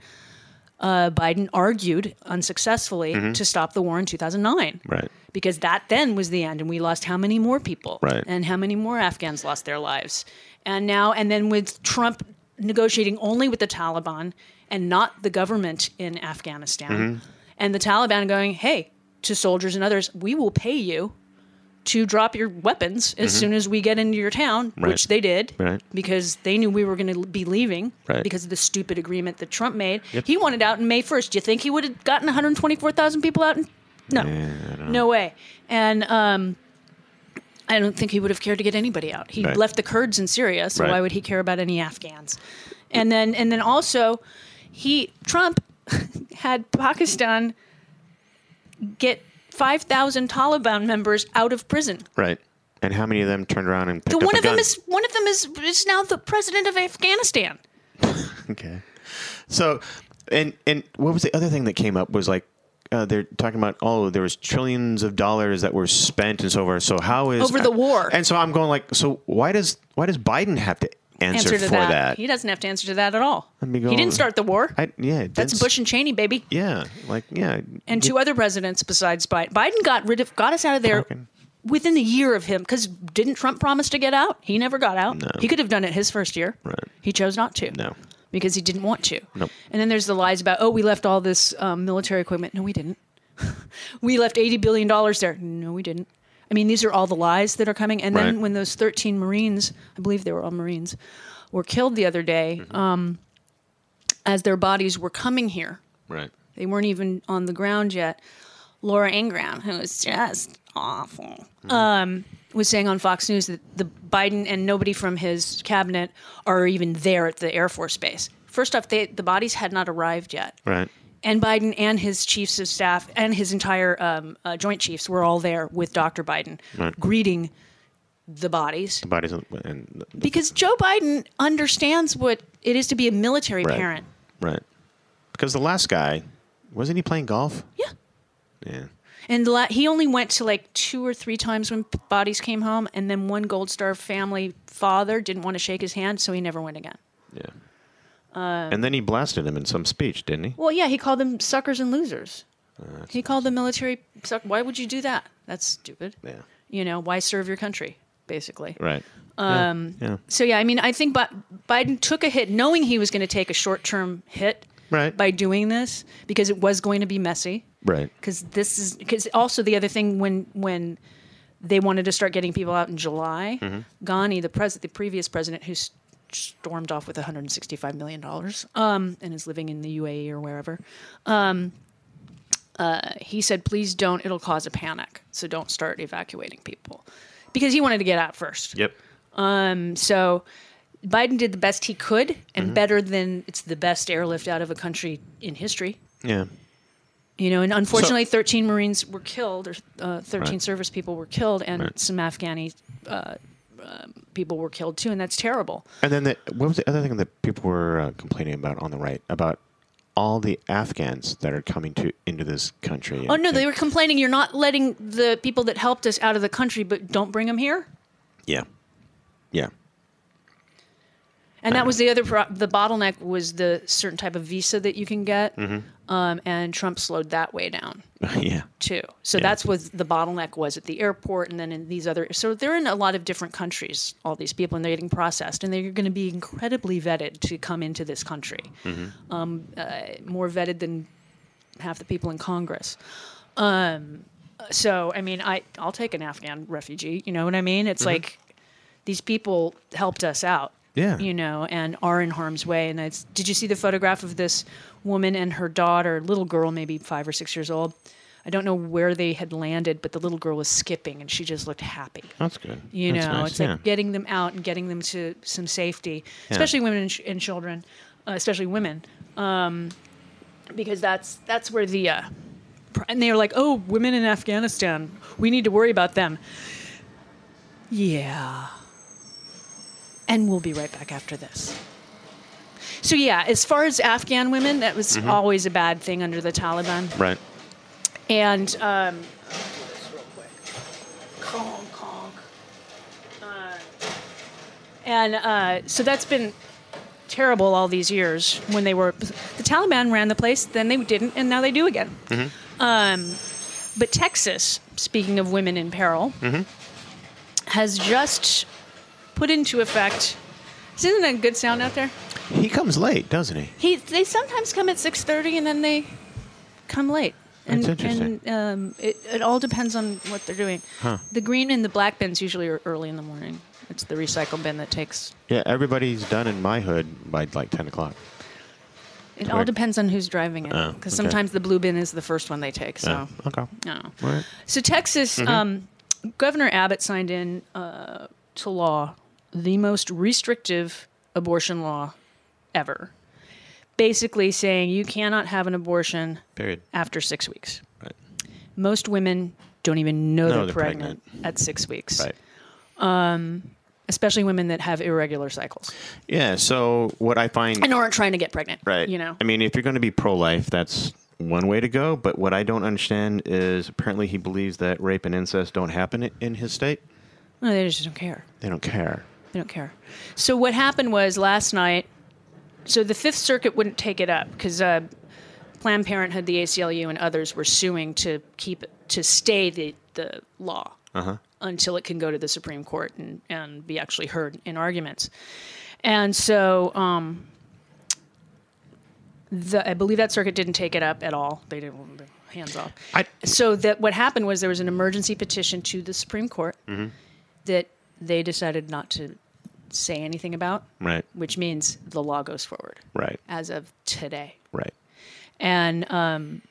[SPEAKER 2] uh, Biden argued unsuccessfully to stop the war in 2009.
[SPEAKER 3] Mm-hmm. Right.
[SPEAKER 2] Because that then was the end, and we lost how many more people?
[SPEAKER 3] Right.
[SPEAKER 2] And how many more Afghans lost their lives? And now, and then with Trump negotiating only with the Taliban and not the government in Afghanistan,
[SPEAKER 3] Mm-hmm.
[SPEAKER 2] and the Taliban going, hey, to soldiers and others, we will pay you to drop your weapons as soon as we get into your town, which they did
[SPEAKER 3] Mm-hmm. Right.
[SPEAKER 2] because they knew we were going to be leaving
[SPEAKER 3] Right.
[SPEAKER 2] because of the stupid agreement that Trump made. He wanted out in May 1st. Do you think he would have gotten 124,000 people out? In- no. no way. And um, I don't think he would have cared to get anybody out. He
[SPEAKER 3] Right.
[SPEAKER 2] left the Kurds in Syria, so
[SPEAKER 3] Right.
[SPEAKER 2] why would he care about any Afghans? And then and then also he Trump had Pakistan get 5,000 Taliban members out of prison.
[SPEAKER 3] Right. And how many of them turned around and picked
[SPEAKER 2] The
[SPEAKER 3] up
[SPEAKER 2] one
[SPEAKER 3] a
[SPEAKER 2] of them
[SPEAKER 3] gun?
[SPEAKER 2] is one of them is is now the president of Afghanistan.
[SPEAKER 3] Okay. So, and and what was the other thing that came up was like uh, they're talking about oh there was trillions of dollars that were spent and so forth. So how is
[SPEAKER 2] Over the war.
[SPEAKER 3] And so I'm going like so why does why does Biden have to answer,
[SPEAKER 2] to
[SPEAKER 3] for that?
[SPEAKER 2] He doesn't have to answer to that at all.
[SPEAKER 3] me go-
[SPEAKER 2] He didn't start the war.
[SPEAKER 3] I, yeah, it
[SPEAKER 2] That's
[SPEAKER 3] didn't-
[SPEAKER 2] Bush and Cheney, baby.
[SPEAKER 3] Yeah, like yeah,
[SPEAKER 2] and two other presidents besides Biden. Biden got rid of got us out of there
[SPEAKER 3] Talking.
[SPEAKER 2] within a year of him because didn't Trump promise to get out? He never got out. He could have done it his first year.
[SPEAKER 3] Right.
[SPEAKER 2] He chose not to.
[SPEAKER 3] No.
[SPEAKER 2] Because he didn't want to.
[SPEAKER 3] Nope.
[SPEAKER 2] And then there's the lies about oh we left all this um, military equipment. No, we didn't. we left eighty billion dollars there. No, we didn't. I mean, these are all the lies that are coming. And
[SPEAKER 3] Right.
[SPEAKER 2] then when those 13 Marines, I believe they were all Marines, were killed the other day,
[SPEAKER 3] Mm-hmm.
[SPEAKER 2] um, as their bodies were coming here,
[SPEAKER 3] right.
[SPEAKER 2] they weren't even on the ground yet. Laura Ingram, who is just awful,
[SPEAKER 3] Mm-hmm.
[SPEAKER 2] um, was saying on Fox News that the Biden and nobody from his cabinet are even there at the Air Force Base. First off, they, the bodies had not arrived yet.
[SPEAKER 3] Right.
[SPEAKER 2] And Biden and his chiefs of staff and his entire um, uh, joint chiefs were all there with Dr. Biden
[SPEAKER 3] Right.
[SPEAKER 2] greeting the bodies
[SPEAKER 3] Bodies and- and
[SPEAKER 2] because Joe Biden understands what it is to be a military
[SPEAKER 3] right.
[SPEAKER 2] parent.
[SPEAKER 3] Right. Because the last guy wasn't he playing golf?
[SPEAKER 2] Yeah.
[SPEAKER 3] Yeah.
[SPEAKER 2] And the la- he only went to like two or three times when p- bodies came home, and then one Gold Star family father didn't want to shake his hand, so he never went again.
[SPEAKER 3] Yeah.
[SPEAKER 2] Um,
[SPEAKER 3] and then he blasted him in some speech, didn't he?
[SPEAKER 2] Well, yeah, he called them suckers and losers. he called the military suck. Why would you do that? That's stupid.
[SPEAKER 3] Yeah.
[SPEAKER 2] You know, why serve your country, basically.
[SPEAKER 3] Right. Um, yeah.
[SPEAKER 2] So yeah, I mean, I think Bi- Biden took a hit, knowing he was going to take a short-term hit
[SPEAKER 3] Right.
[SPEAKER 2] by doing this because it was going to be messy.
[SPEAKER 3] Right.
[SPEAKER 2] because this is because also the other thing when when they wanted to start getting people out in July, Ghani, the pres the previous president who s- stormed off with 165 million dollars, um, and is living in the UAE or wherever, um, uh, he said, "Please don't; it'll cause a panic. So don't start evacuating people," because he wanted to get out first.
[SPEAKER 3] Yep.
[SPEAKER 2] So Biden did the best he could, and better than it's the best airlift out of a country in history.
[SPEAKER 3] Yeah.
[SPEAKER 2] You know, and unfortunately, 13 Marines were killed, or uh, 13
[SPEAKER 3] Right.
[SPEAKER 2] service people were killed, and some Afghani uh, um, people were killed too, and that's terrible.
[SPEAKER 3] And then the, what was the other thing that people were uh, complaining about on the right about all the Afghans that are coming to into this country?
[SPEAKER 2] Oh no, they were complaining you're not letting the people that helped us out of the country, but don't bring them here.
[SPEAKER 3] Yeah. Yeah.
[SPEAKER 2] And that was the other pro- the bottleneck was the certain type of visa that you can get, um, and Trump slowed that way down.
[SPEAKER 3] yeah.
[SPEAKER 2] too. So that's what the bottleneck was at the airport, and then in these other. So they're in a lot of different countries. All these people, and they're getting processed, and they're going to be incredibly vetted to come into this country, um, uh, more vetted than half the people in Congress. Um, so I mean, I I'll take an Afghan refugee. You know what I mean? It's like these people helped us out.
[SPEAKER 3] Yeah.
[SPEAKER 2] You know, and are in harm's way. And it's, did you see the photograph of this woman and her daughter, little girl, maybe five or six years old? I don't know where they had landed, but the little girl was skipping and she just looked happy.
[SPEAKER 3] That's good.
[SPEAKER 2] You
[SPEAKER 3] That's
[SPEAKER 2] know,
[SPEAKER 3] nice,
[SPEAKER 2] it's
[SPEAKER 3] yeah.
[SPEAKER 2] like getting them out and getting them to some safety, especially women and, ch- and children, uh, especially women, um, because that's that's where the uh, pr- and they were like, oh, women in Afghanistan, we need to worry about them. Yeah, and we'll be right back after this. So yeah, as far as Afghan women, that was
[SPEAKER 3] Mm-hmm.
[SPEAKER 2] always a bad thing under the Taliban
[SPEAKER 3] right.
[SPEAKER 2] and um, conk, conk. Uh, and uh, so that's been terrible all these years when they were the Taliban ran the place, then they didn't, and now they do again. Um, but Texas, speaking of women in peril, has just put into effect. Isn't that a good sound out there?
[SPEAKER 3] He comes late, doesn't he?
[SPEAKER 2] He they sometimes come at six thirty and then they come late. And,
[SPEAKER 3] That's interesting.
[SPEAKER 2] And um, it, it all depends on what they're doing. The green and the black bins usually are early in the morning. It's the recycle bin that takes.
[SPEAKER 3] Yeah. Everybody's done in my hood by like ten o'clock.
[SPEAKER 2] It all
[SPEAKER 3] Right.
[SPEAKER 2] depends on who's driving it.
[SPEAKER 3] Oh,
[SPEAKER 2] Because
[SPEAKER 3] okay.
[SPEAKER 2] sometimes the blue bin is the first one they take. So.
[SPEAKER 3] Yeah. Mm-hmm. Okay.
[SPEAKER 2] No.
[SPEAKER 3] All right.
[SPEAKER 2] So Texas, um, Governor Abbott signed in uh, to law the most restrictive abortion law ever basically saying you cannot have an abortion
[SPEAKER 3] Period.
[SPEAKER 2] after six weeks.
[SPEAKER 3] Right.
[SPEAKER 2] Most women don't even know
[SPEAKER 3] No,
[SPEAKER 2] they're,
[SPEAKER 3] they're
[SPEAKER 2] pregnant, at six weeks,
[SPEAKER 3] Right.
[SPEAKER 2] especially women that have irregular cycles
[SPEAKER 3] Yeah. So what I find
[SPEAKER 2] and aren't trying to get pregnant.
[SPEAKER 3] Right.
[SPEAKER 2] You know,
[SPEAKER 3] I mean, if you're going to be pro life, that's one way to go. But what I don't understand is apparently he believes that rape and incest don't happen i- in his state.
[SPEAKER 2] No, they just don't care.
[SPEAKER 3] They don't care.
[SPEAKER 2] They don't care. So what happened was last night. So the Fifth Circuit wouldn't take it up because uh, Planned Parenthood, the ACLU, and others were suing to keep to stay the the law until it can go to the Supreme Court and and be actually heard in arguments. And so um, the, I believe that circuit didn't take it up at all. They didn't they- hands off.
[SPEAKER 3] I-
[SPEAKER 2] so that what happened was there was an emergency petition to the Supreme Court that they decided not to say anything about,
[SPEAKER 3] Right.
[SPEAKER 2] which means the law goes forward
[SPEAKER 3] Right.
[SPEAKER 2] as of today.
[SPEAKER 3] Right.
[SPEAKER 2] And um,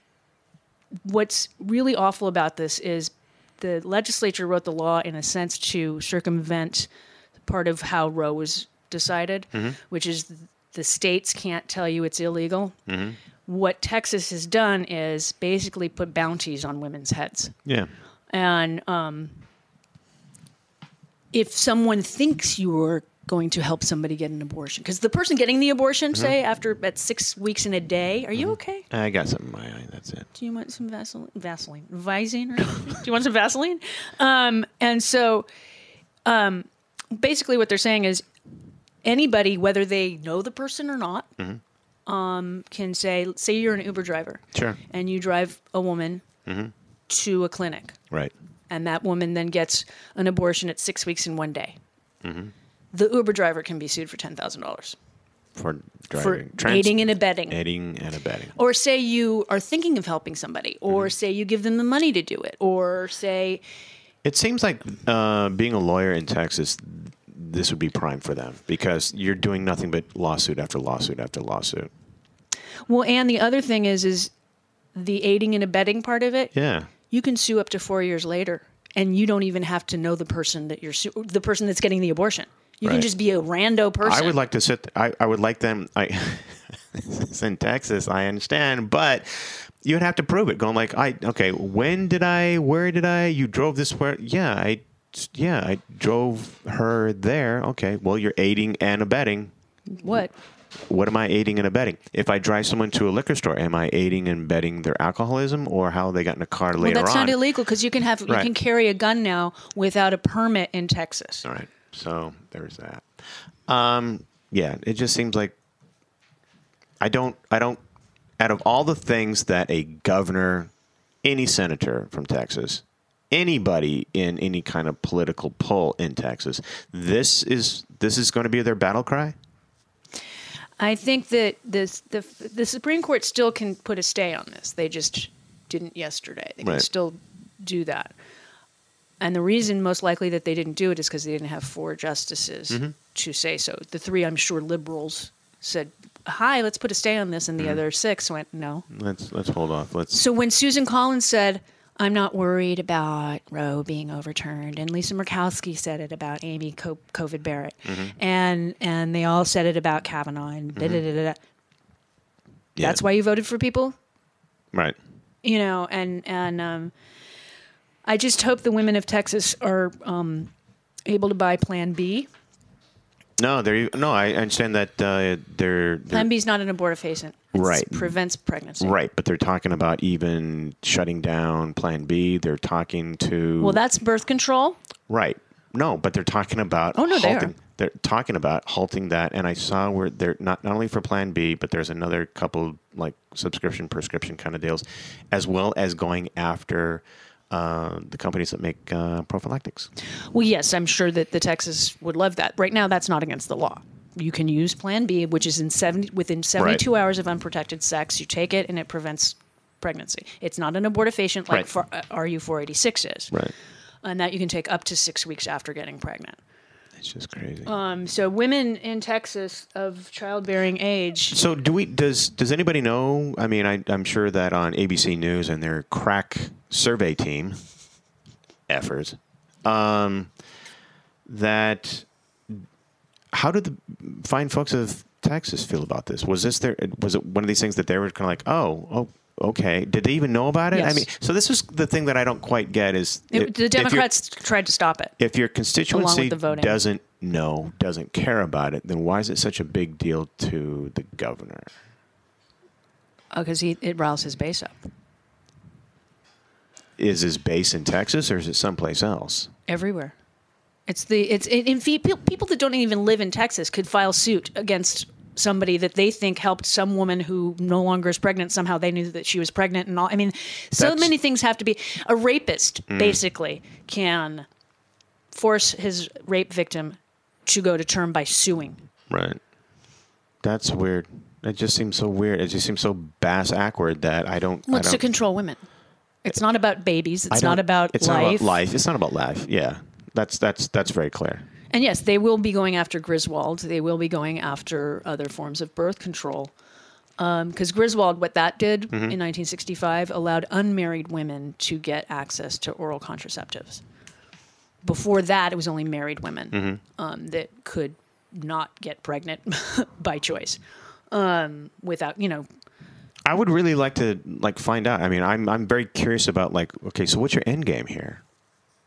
[SPEAKER 2] what's really awful about this is the legislature wrote the law in a sense to circumvent part of how Roe was decided, which is the states can't tell you it's illegal. What Texas has done is basically put bounties on women's heads.
[SPEAKER 3] Yeah.
[SPEAKER 2] And um, if someone thinks you are going to help somebody get an abortion, because the person getting the abortion, say after at six weeks in a day, are you okay?
[SPEAKER 3] I got something in my eye. That's it.
[SPEAKER 2] Do you want some Vaseline? Vaseline, Visine, or something? do you want some Vaseline? Um, and so, um, basically, what they're saying is anybody, whether they know the person or not, um, can say, say you're an Uber driver,
[SPEAKER 3] Sure.
[SPEAKER 2] and you drive a woman to a clinic
[SPEAKER 3] Right.
[SPEAKER 2] and that woman then gets an abortion at six weeks in one day. The Uber driver can be sued for ten thousand dollars
[SPEAKER 3] For
[SPEAKER 2] for
[SPEAKER 3] driving. trans-
[SPEAKER 2] aiding and abetting,
[SPEAKER 3] aiding and abetting.
[SPEAKER 2] or say you are thinking of helping somebody, or
[SPEAKER 3] Mm-hmm.
[SPEAKER 2] say you give them the money to do it, or say
[SPEAKER 3] It seems like uh, being a lawyer in Texas, this would be prime for them because you're doing nothing but lawsuit after lawsuit after lawsuit.
[SPEAKER 2] well. And the other thing is, is the aiding and abetting part of it.
[SPEAKER 3] Yeah.
[SPEAKER 2] You can sue up to four years later, and you don't even have to know the person that you're su- the person that's getting the abortion. You can
[SPEAKER 3] Right.
[SPEAKER 2] just be a rando person.
[SPEAKER 3] I would like to sit. I, I would like them. I it's in Texas. I understand, but you would have to prove it. Going like, I okay. When did I? Where did I? You drove this where? Yeah, I. Yeah, I drove her there. Okay. Well, you're aiding and abetting.
[SPEAKER 2] what?
[SPEAKER 3] What am I aiding and abetting? If I drive someone to a liquor store, am I aiding and abetting their alcoholism or how they got in a car later
[SPEAKER 2] Well, that's
[SPEAKER 3] on?
[SPEAKER 2] not illegal because you can have you
[SPEAKER 3] Right.
[SPEAKER 2] can carry a gun now without a permit in Texas.
[SPEAKER 3] All right. So there's that. Um, yeah, it just seems like I don't I don't out of all the things that a governor, any senator from Texas, anybody in any kind of political pull in Texas, this is this is going to be their battle cry?
[SPEAKER 2] I think that this the the Supreme Court still can put a stay on this. They just didn't yesterday. They can
[SPEAKER 3] Right.
[SPEAKER 2] still do that. And the reason most likely that they didn't do it is because they didn't have four justices
[SPEAKER 3] Mm-hmm.
[SPEAKER 2] to say so. The three, I'm sure, liberals said, "Hi, let's put a stay on this," and the
[SPEAKER 3] Mm-hmm.
[SPEAKER 2] other six went, "No."
[SPEAKER 3] Let's let's hold off. Let's
[SPEAKER 2] So when Susan Collins said, I'm not worried about Roe being overturned, and Lisa Murkowski said it about Amy Co- COVID Barrett,
[SPEAKER 3] Mm-hmm.
[SPEAKER 2] and and they all said it about Kavanaugh, and da,
[SPEAKER 3] Mm-hmm.
[SPEAKER 2] da, da, da, da. that's why you voted for people,
[SPEAKER 3] Right.
[SPEAKER 2] you know, and and um, I just hope the women of Texas are um, able to buy Plan B.
[SPEAKER 3] No, there no, I understand that uh, they're, they're
[SPEAKER 2] Plan B is not an abortifacient, It
[SPEAKER 3] Right.
[SPEAKER 2] Prevents pregnancy.
[SPEAKER 3] Right, but they're talking about even shutting down Plan B. They're talking to
[SPEAKER 2] Well, that's birth control.
[SPEAKER 3] Right. No, but they're talking about
[SPEAKER 2] Oh, no, they
[SPEAKER 3] halting.
[SPEAKER 2] are.
[SPEAKER 3] They are talking about halting that, and I saw where they're not not only for Plan B, but there's another couple like subscription prescription kind of deals, as well as going after uh, the companies that make uh, prophylactics.
[SPEAKER 2] Well, yes, I'm sure that the Texas would love that. Right now, that's not against the law. You can use Plan B, which is in 70, within 72
[SPEAKER 3] Right.
[SPEAKER 2] hours of unprotected sex. You take it, and it prevents pregnancy. It's not an abortifacient like
[SPEAKER 3] Right.
[SPEAKER 2] for, uh, RU486 is,
[SPEAKER 3] Right.
[SPEAKER 2] and that you can take up to six weeks after getting pregnant.
[SPEAKER 3] It's just crazy.
[SPEAKER 2] Um, so women in Texas of childbearing age,
[SPEAKER 3] so do we? Does does anybody know? I mean, I, I'm sure that on ABC News and their crack survey team efforts, um, that how do the fine folks of Texas feel about this? Was this their was it one of these things that they were kind of like, oh, oh. Okay. Did they even know about it? I
[SPEAKER 2] Yes.
[SPEAKER 3] mean, so this is the thing that I don't quite get is
[SPEAKER 2] It-
[SPEAKER 3] if-
[SPEAKER 2] the
[SPEAKER 3] if you're-
[SPEAKER 2] Democrats tried to stop it.
[SPEAKER 3] if your constituency
[SPEAKER 2] the voting.
[SPEAKER 3] doesn't know, doesn't care about it, then why is it such a big deal to the governor?
[SPEAKER 2] uh,
[SPEAKER 4] because he it riles his base up.
[SPEAKER 3] Is his base in Texas or is it someplace else?
[SPEAKER 2] everywhere. It's the it's in, in fee- pe- people that don't even live in Texas could file suit against somebody that they think helped some woman who no longer is pregnant. Somehow they knew that she was pregnant and all. I mean, so
[SPEAKER 3] That's- Mm.
[SPEAKER 2] many things have to be. A rapist basically can force his rape victim to go to term by suing.
[SPEAKER 3] Right. That's weird. It just seems so weird. It just seems so bass awkward that I don't. I
[SPEAKER 2] Well, it's
[SPEAKER 3] don't
[SPEAKER 2] to control women. It's not about babies.
[SPEAKER 3] I
[SPEAKER 2] It's
[SPEAKER 3] don't-
[SPEAKER 2] not about
[SPEAKER 3] It's
[SPEAKER 2] life.
[SPEAKER 3] not about life. It's not about life. Yeah, that's that's that's very clear.
[SPEAKER 2] And yes, they will be going after Griswold. They will be going after other forms of birth control. Because Griswold, what that did
[SPEAKER 3] Mm-hmm.
[SPEAKER 2] in 1965, allowed unmarried women to get access to oral contraceptives. Before that, it was only married women
[SPEAKER 3] Mm-hmm.
[SPEAKER 2] um, that could not get pregnant by choice um, without, you know,
[SPEAKER 3] I would really like to like find out. I mean, I'm I'm very curious about like okay, so what's your end game here,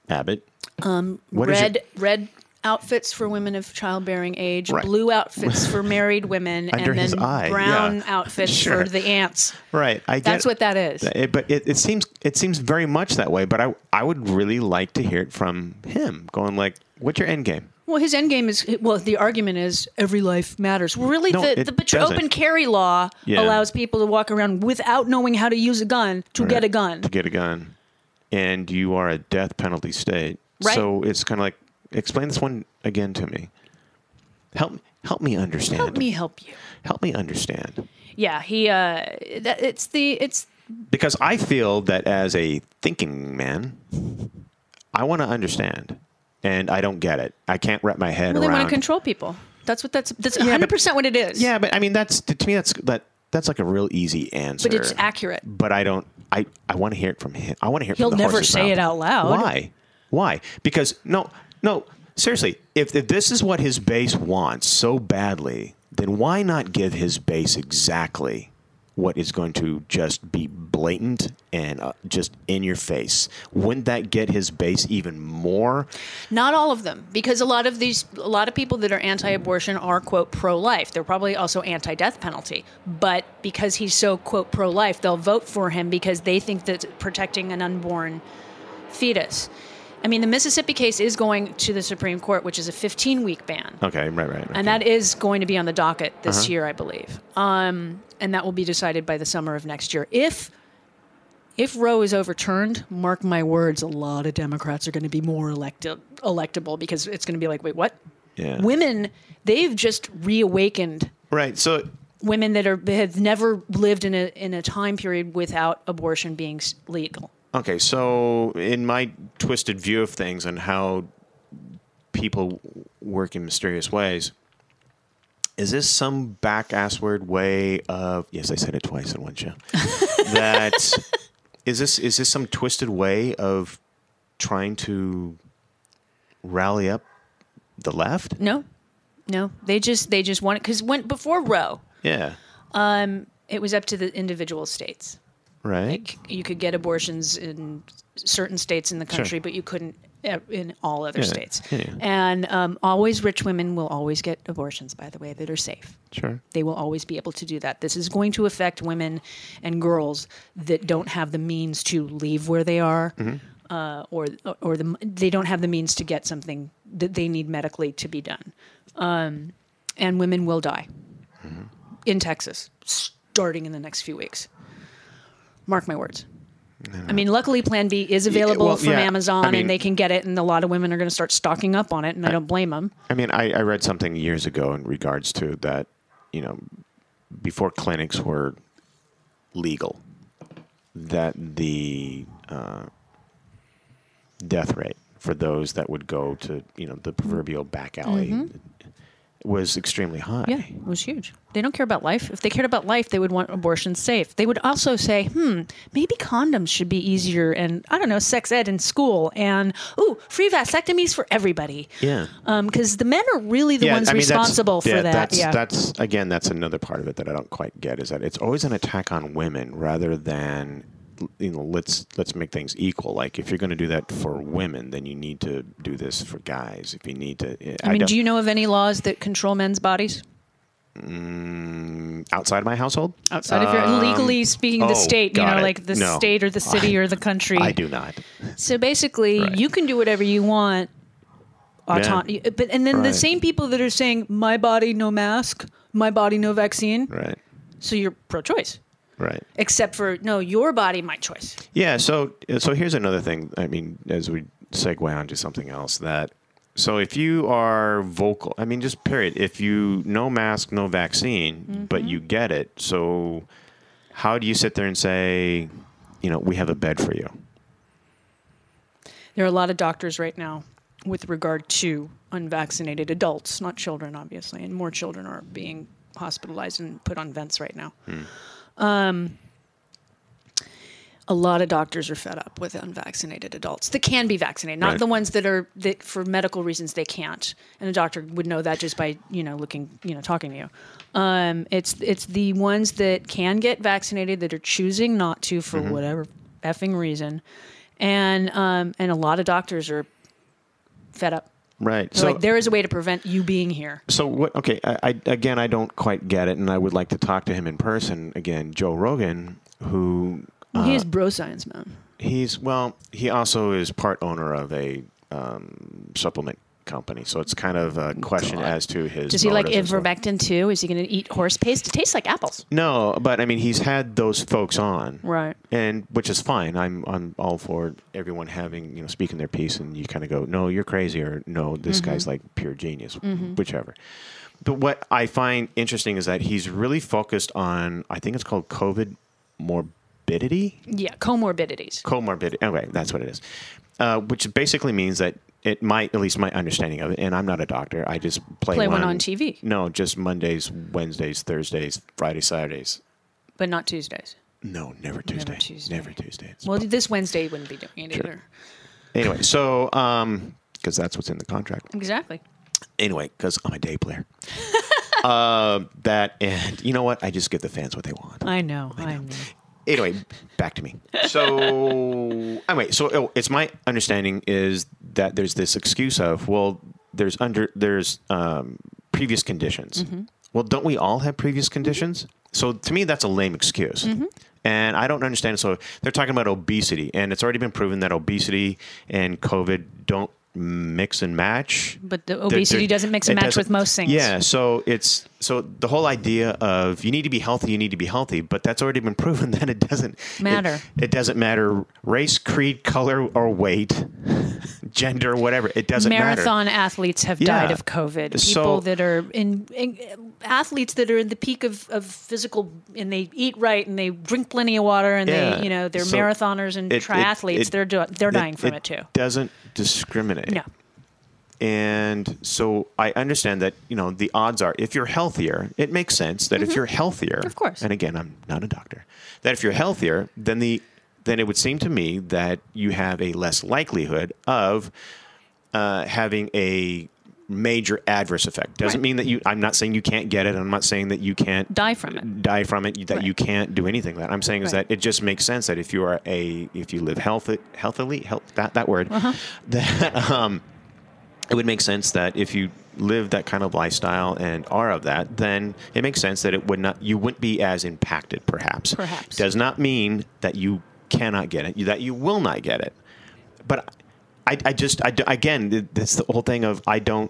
[SPEAKER 3] Abbott? Um,
[SPEAKER 2] red red outfits for women of childbearing age,
[SPEAKER 3] Right.
[SPEAKER 2] blue outfits for married women,
[SPEAKER 3] Under
[SPEAKER 2] and
[SPEAKER 3] his
[SPEAKER 2] then
[SPEAKER 3] eye,
[SPEAKER 2] brown
[SPEAKER 3] yeah.
[SPEAKER 2] outfits
[SPEAKER 3] Sure.
[SPEAKER 2] for the ants.
[SPEAKER 3] right? I get
[SPEAKER 2] That's what that is.
[SPEAKER 3] It, but it, it seems it seems very much that way. But I I would really like to hear it from him, going like, "What's your end game?"
[SPEAKER 2] Well, his end game is well. The argument is every life matters. Well, really,
[SPEAKER 3] No,
[SPEAKER 2] the,
[SPEAKER 3] it
[SPEAKER 2] the but your
[SPEAKER 3] doesn't.
[SPEAKER 2] open carry law
[SPEAKER 3] Yeah.
[SPEAKER 2] allows people to walk around without knowing how to use a gun to get a gun.
[SPEAKER 3] to get a gun, and you are a death penalty state.
[SPEAKER 2] Right.
[SPEAKER 3] So it's kind of like explain this one again to me. Help help me understand.
[SPEAKER 2] Help me help you.
[SPEAKER 3] help me understand.
[SPEAKER 2] Yeah, he. Uh, that, it's the it's
[SPEAKER 3] Because I feel that as a thinking man, I want to understand, and I don't get it. I can't wrap my head
[SPEAKER 2] well, they
[SPEAKER 3] around.
[SPEAKER 2] want to control people. That's what that's that's
[SPEAKER 3] but-
[SPEAKER 2] hundred percent what it is.
[SPEAKER 3] Yeah, but I mean that's to me that's that that's like a real easy answer.
[SPEAKER 2] but it's accurate.
[SPEAKER 3] But I don't. I I want to hear it from him. I want to hear. it
[SPEAKER 2] He'll
[SPEAKER 3] from the
[SPEAKER 2] never
[SPEAKER 3] horse's
[SPEAKER 2] say
[SPEAKER 3] mouth.
[SPEAKER 2] it out loud.
[SPEAKER 3] Why? Why? Because no, no. Seriously, if, if this is what his base wants so badly, then why not give his base exactly what is going to just be blatant and uh, just in your face? Wouldn't that get his base even more?
[SPEAKER 2] Not all of them, because a lot of these, a lot of people that are anti-abortion are quote pro-life. They're probably also anti-death penalty, but because he's so quote pro-life, they'll vote for him because they think that protecting an unborn fetus. I mean, the Mississippi case is going to the Supreme Court, which is a 15-week ban,
[SPEAKER 3] Okay, Uh-huh. right, right. right.
[SPEAKER 2] and that is going to be on the docket this year, I believe. Um, and that will be decided by the summer of next year. If if Roe is overturned, mark my words, a lot of Democrats are going to be more elected, electable because it's going to be like, wait, what?
[SPEAKER 3] Yeah.
[SPEAKER 2] Women, they've just reawakened
[SPEAKER 3] right. So
[SPEAKER 2] women that are have never lived in a in a time period without abortion being s- legal.
[SPEAKER 3] Okay, so in my twisted view of things and how people work in mysterious ways, is this some back assword way of? Yes, I said it twice in one show. that is this is this some twisted way of trying to rally up the left?
[SPEAKER 2] No, no, they just they just want it because when before Roe, um,
[SPEAKER 3] Yeah,
[SPEAKER 2] it was up to the individual states.
[SPEAKER 3] right.
[SPEAKER 2] You could get abortions in certain states in the country, but you couldn't uh, in all other
[SPEAKER 3] Yeah,
[SPEAKER 2] states.
[SPEAKER 3] yeah.
[SPEAKER 2] And um, always rich women will always get abortions, by the way, that are safe.
[SPEAKER 3] Sure.
[SPEAKER 2] They will always be able to do that. This is going to affect women and girls that don't have the means to leave where they are,
[SPEAKER 3] Mm-hmm.
[SPEAKER 2] uh, or or the, they don't have the means to get something that they need medically to be done. Um, and women will die
[SPEAKER 3] Mm-hmm.
[SPEAKER 2] in Texas starting in the next few weeks. Mark my words. I mean, luckily, Plan B is available
[SPEAKER 3] well,
[SPEAKER 2] from
[SPEAKER 3] yeah,
[SPEAKER 2] Amazon,
[SPEAKER 3] I mean-
[SPEAKER 2] and they can get it, and a lot of women are going to start stocking up on it, and I don't blame them.
[SPEAKER 3] I mean, I, I read something years ago in regards to that, you know, before clinics were legal, that the uh, death rate for those that would go to, you know, the proverbial back alley was extremely high.
[SPEAKER 2] Yeah, it was huge. They don't care about life. If they cared about life, they would want abortion safe. They would also say, hmm, maybe condoms should be easier and, I don't know, sex ed in school and, ooh, free vasectomies for everybody.
[SPEAKER 3] Yeah.
[SPEAKER 2] Because the men are really the ones
[SPEAKER 3] I mean, that's-
[SPEAKER 2] responsible for
[SPEAKER 3] yeah,
[SPEAKER 2] that.
[SPEAKER 3] That's,
[SPEAKER 2] yeah.
[SPEAKER 3] that's again, that's another part of it that I don't quite get is that it's always an attack on women rather than you know let's let's make things equal. Like if you're going to do that for women, then you need to do this for guys. If you need to, eh,
[SPEAKER 2] I mean,
[SPEAKER 3] don't-
[SPEAKER 2] do you know of any laws that control men's bodies?
[SPEAKER 3] mm, outside my household?
[SPEAKER 2] Outside of your legally speaking,
[SPEAKER 3] oh,
[SPEAKER 2] the state, you
[SPEAKER 3] got
[SPEAKER 2] know,
[SPEAKER 3] it.
[SPEAKER 2] like the
[SPEAKER 3] No. Oh,
[SPEAKER 2] state or the city or the country.
[SPEAKER 3] I do not.
[SPEAKER 2] So basically,
[SPEAKER 3] Right.
[SPEAKER 2] you can do whatever you want. Auton- but and then the
[SPEAKER 3] Right.
[SPEAKER 2] same people that are saying my body no mask, my body no vaccine.
[SPEAKER 3] Right.
[SPEAKER 2] So you're pro-choice,
[SPEAKER 3] Right.
[SPEAKER 2] except for no, your body, my choice.
[SPEAKER 3] Yeah. So so here's another thing. I mean, as we segue onto something else, that so if you are vocal, I mean, just period. If you no mask, no vaccine,
[SPEAKER 2] Mm-hmm.
[SPEAKER 3] but you get it, so how do you sit there and say, you know, we have a bed for you?
[SPEAKER 2] There are a lot of doctors right now with regard to unvaccinated adults, not children, obviously, and more children are being hospitalized and put on vents right now. Um, a lot of doctors are fed up with unvaccinated adults that can be vaccinated, not
[SPEAKER 3] Right.
[SPEAKER 2] the ones that are that for medical reasons they can't. And a doctor would know that just by you know looking, you know, talking to you. Um, it's it's the ones that can get vaccinated that are choosing not to for whatever effing reason, and um, and a lot of doctors are fed up.
[SPEAKER 3] Right.
[SPEAKER 2] They're like there is a way to prevent you being here.
[SPEAKER 3] So what? Okay, I, I again, I don't quite get it, and I would like to talk to him in person again. Joe Rogan, who
[SPEAKER 2] Well, he is bro science man.
[SPEAKER 3] He's well. He also is part owner of a um, supplement company, so it's kind of a question as to his.
[SPEAKER 2] Does he like
[SPEAKER 3] motives as well.
[SPEAKER 2] ivermectin too? Is he going to eat horse paste? It tastes like apples.
[SPEAKER 3] No, but I mean, he's had those folks on,
[SPEAKER 2] Right.
[SPEAKER 3] And which is fine. I'm I'm all for everyone having you know speaking their piece, and you kind of go, no, you're crazy, or no, this
[SPEAKER 2] Mm-hmm.
[SPEAKER 3] guy's like pure genius, whichever. But what I find interesting is that he's really focused on. I think it's called COVID morbidity.
[SPEAKER 2] Yeah, comorbidities.
[SPEAKER 3] comorbid. Anyway, that's what it is, uh, which basically means that it might, at least my understanding of it, and I'm not a doctor. I just play,
[SPEAKER 2] Play one on TV.
[SPEAKER 3] No, just Mondays, Wednesdays, Thursdays, Fridays, Saturdays.
[SPEAKER 2] but not Tuesdays.
[SPEAKER 3] No, never Tuesday.
[SPEAKER 4] Tuesday.
[SPEAKER 3] Never Tuesdays.
[SPEAKER 2] Well, this Wednesday wouldn't be doing it either.
[SPEAKER 3] Anyway, so because that's what's in the contract.
[SPEAKER 2] Exactly.
[SPEAKER 3] anyway, because I'm a day player. uh, that and you know what? I just give the fans what they want.
[SPEAKER 2] I know. I know.
[SPEAKER 3] Anyway, back to me. So anyway, so oh, it's my understanding is that there's this excuse of well, there's under there's um, previous conditions.
[SPEAKER 2] Mm-hmm.
[SPEAKER 3] Well, don't we all have previous conditions? So to me, that's a lame excuse.
[SPEAKER 2] Mm-hmm.
[SPEAKER 3] And I don't understand. So they're talking about obesity, and it's already been proven that obesity and COVID don't mix and match.
[SPEAKER 2] But the
[SPEAKER 3] They're-
[SPEAKER 2] obesity
[SPEAKER 3] they're-
[SPEAKER 2] doesn't mix and
[SPEAKER 3] it
[SPEAKER 2] match
[SPEAKER 3] doesn't-
[SPEAKER 2] with most things.
[SPEAKER 3] Yeah, so it's so the whole idea of you need to be healthy, you need to be healthy, but that's already been proven that it doesn't it-
[SPEAKER 2] Matter.
[SPEAKER 3] It, doesn't matter race, creed, color, or weight, gender, whatever. It doesn't matter.
[SPEAKER 2] Marathon athletes have
[SPEAKER 3] Yeah.
[SPEAKER 2] died of COVID. People
[SPEAKER 3] So-
[SPEAKER 2] that are in, in- athletes that are in the peak of, of physical and they eat right and they drink plenty of water and
[SPEAKER 3] Yeah.
[SPEAKER 2] they you know they're
[SPEAKER 3] So
[SPEAKER 2] marathoners and
[SPEAKER 3] it- it-
[SPEAKER 2] triathletes.
[SPEAKER 3] it-
[SPEAKER 2] they're do- they're dying from it, too.
[SPEAKER 3] Doesn't discriminate.
[SPEAKER 2] No.
[SPEAKER 3] And so I understand that, you know, the odds are if you're healthier, it makes sense that if you're healthier,
[SPEAKER 2] Mm-hmm. Of course.
[SPEAKER 3] And again, I'm not a doctor. That if you're healthier, then the then it would seem to me that you have a less likelihood of uh, having a major adverse effect. Doesn't
[SPEAKER 2] Right.
[SPEAKER 3] mean that you I'm not saying you can't get it. I'm not saying that you can't
[SPEAKER 2] Die from it.
[SPEAKER 3] Die from it that
[SPEAKER 2] Right.
[SPEAKER 3] you can't do anything that. I'm saying is
[SPEAKER 2] Right.
[SPEAKER 3] that it just makes sense that if you are a if you live healthy healthily health that that word
[SPEAKER 2] Uh-huh.
[SPEAKER 3] that um it would make sense that if you live that kind of lifestyle and are of that, then it makes sense that it would not you wouldn't be as impacted perhaps.
[SPEAKER 2] Perhaps.
[SPEAKER 3] Does not mean that you cannot get it, that you will not get it. But I, I just I, again th- that's the whole thing of I don't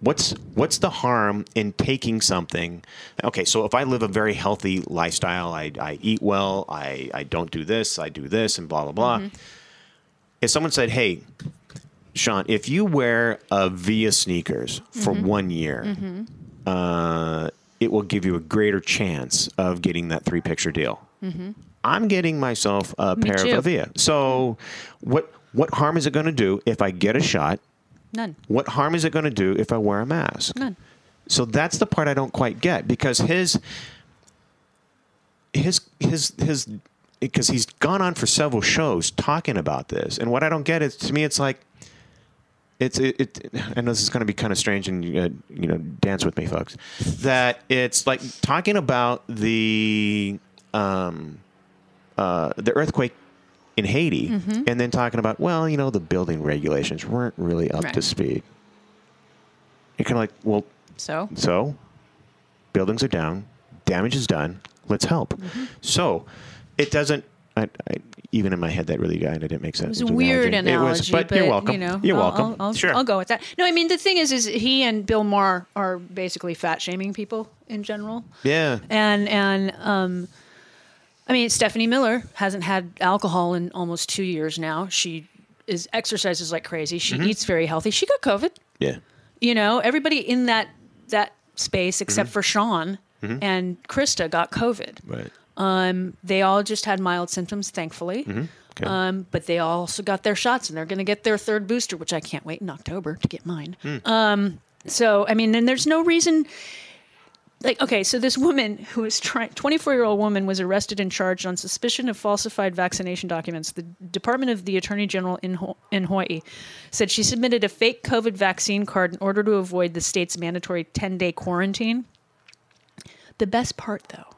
[SPEAKER 3] what's what's the harm in taking something okay so if i live a very healthy lifestyle i, I eat well I, I don't do this i do this and blah blah blah if someone said hey sean if you wear a via sneakers for one year uh, it will give you a greater chance of getting that three picture deal i'm getting myself a pair
[SPEAKER 2] too.
[SPEAKER 3] of a via so what what harm is it going to do if i get a shot
[SPEAKER 2] None.
[SPEAKER 3] what harm is it going to do if I wear a mask?
[SPEAKER 2] None.
[SPEAKER 3] So that's the part I don't quite get because his his his his because he's gone on for several shows talking about this, and what I don't get is to me it's like it's it, it I know this is going to be kind of strange and uh, you know dance with me, folks. That it's like talking about the um uh the earthquake in Haiti, and then talking about well you know the building regulations weren't really up to
[SPEAKER 4] Right.
[SPEAKER 3] speed. You're kind of like well
[SPEAKER 4] So
[SPEAKER 3] so buildings are down, damage is done. Let's help.
[SPEAKER 2] Mm-hmm.
[SPEAKER 3] So it doesn't. I, I, even in my head, that really kind of didn't make sense.
[SPEAKER 2] It was a weird
[SPEAKER 3] an
[SPEAKER 2] analogy,
[SPEAKER 3] It was, but, you're welcome.
[SPEAKER 2] You know,
[SPEAKER 3] are
[SPEAKER 2] I'll,
[SPEAKER 3] welcome.
[SPEAKER 2] I'll, I'll,
[SPEAKER 3] sure.
[SPEAKER 2] I'll go with that. No, I mean the thing is, is he and Bill Maher are basically fat shaming people in general,
[SPEAKER 3] Yeah.
[SPEAKER 2] and and um, I mean Stephanie Miller hasn't had alcohol in almost two years now. She is exercises like crazy. She eats very healthy. She got COVID.
[SPEAKER 3] Yeah.
[SPEAKER 2] You know, everybody in that that space except for Sean and Krista got COVID.
[SPEAKER 3] Right.
[SPEAKER 2] Um, they all just had mild symptoms, thankfully.
[SPEAKER 3] Okay.
[SPEAKER 2] Um, but they also got their shots, and they're going to get their third booster, which I can't wait in October to get mine. Um, so I mean, and there's no reason. Like, okay, so this woman who was trying, 24 year old woman was arrested and charged on suspicion of falsified vaccination documents. The Department of the Attorney General in, Ho- in Hawaii said she submitted a fake COVID vaccine card in order to avoid the state's mandatory 10 day quarantine. The best part, though,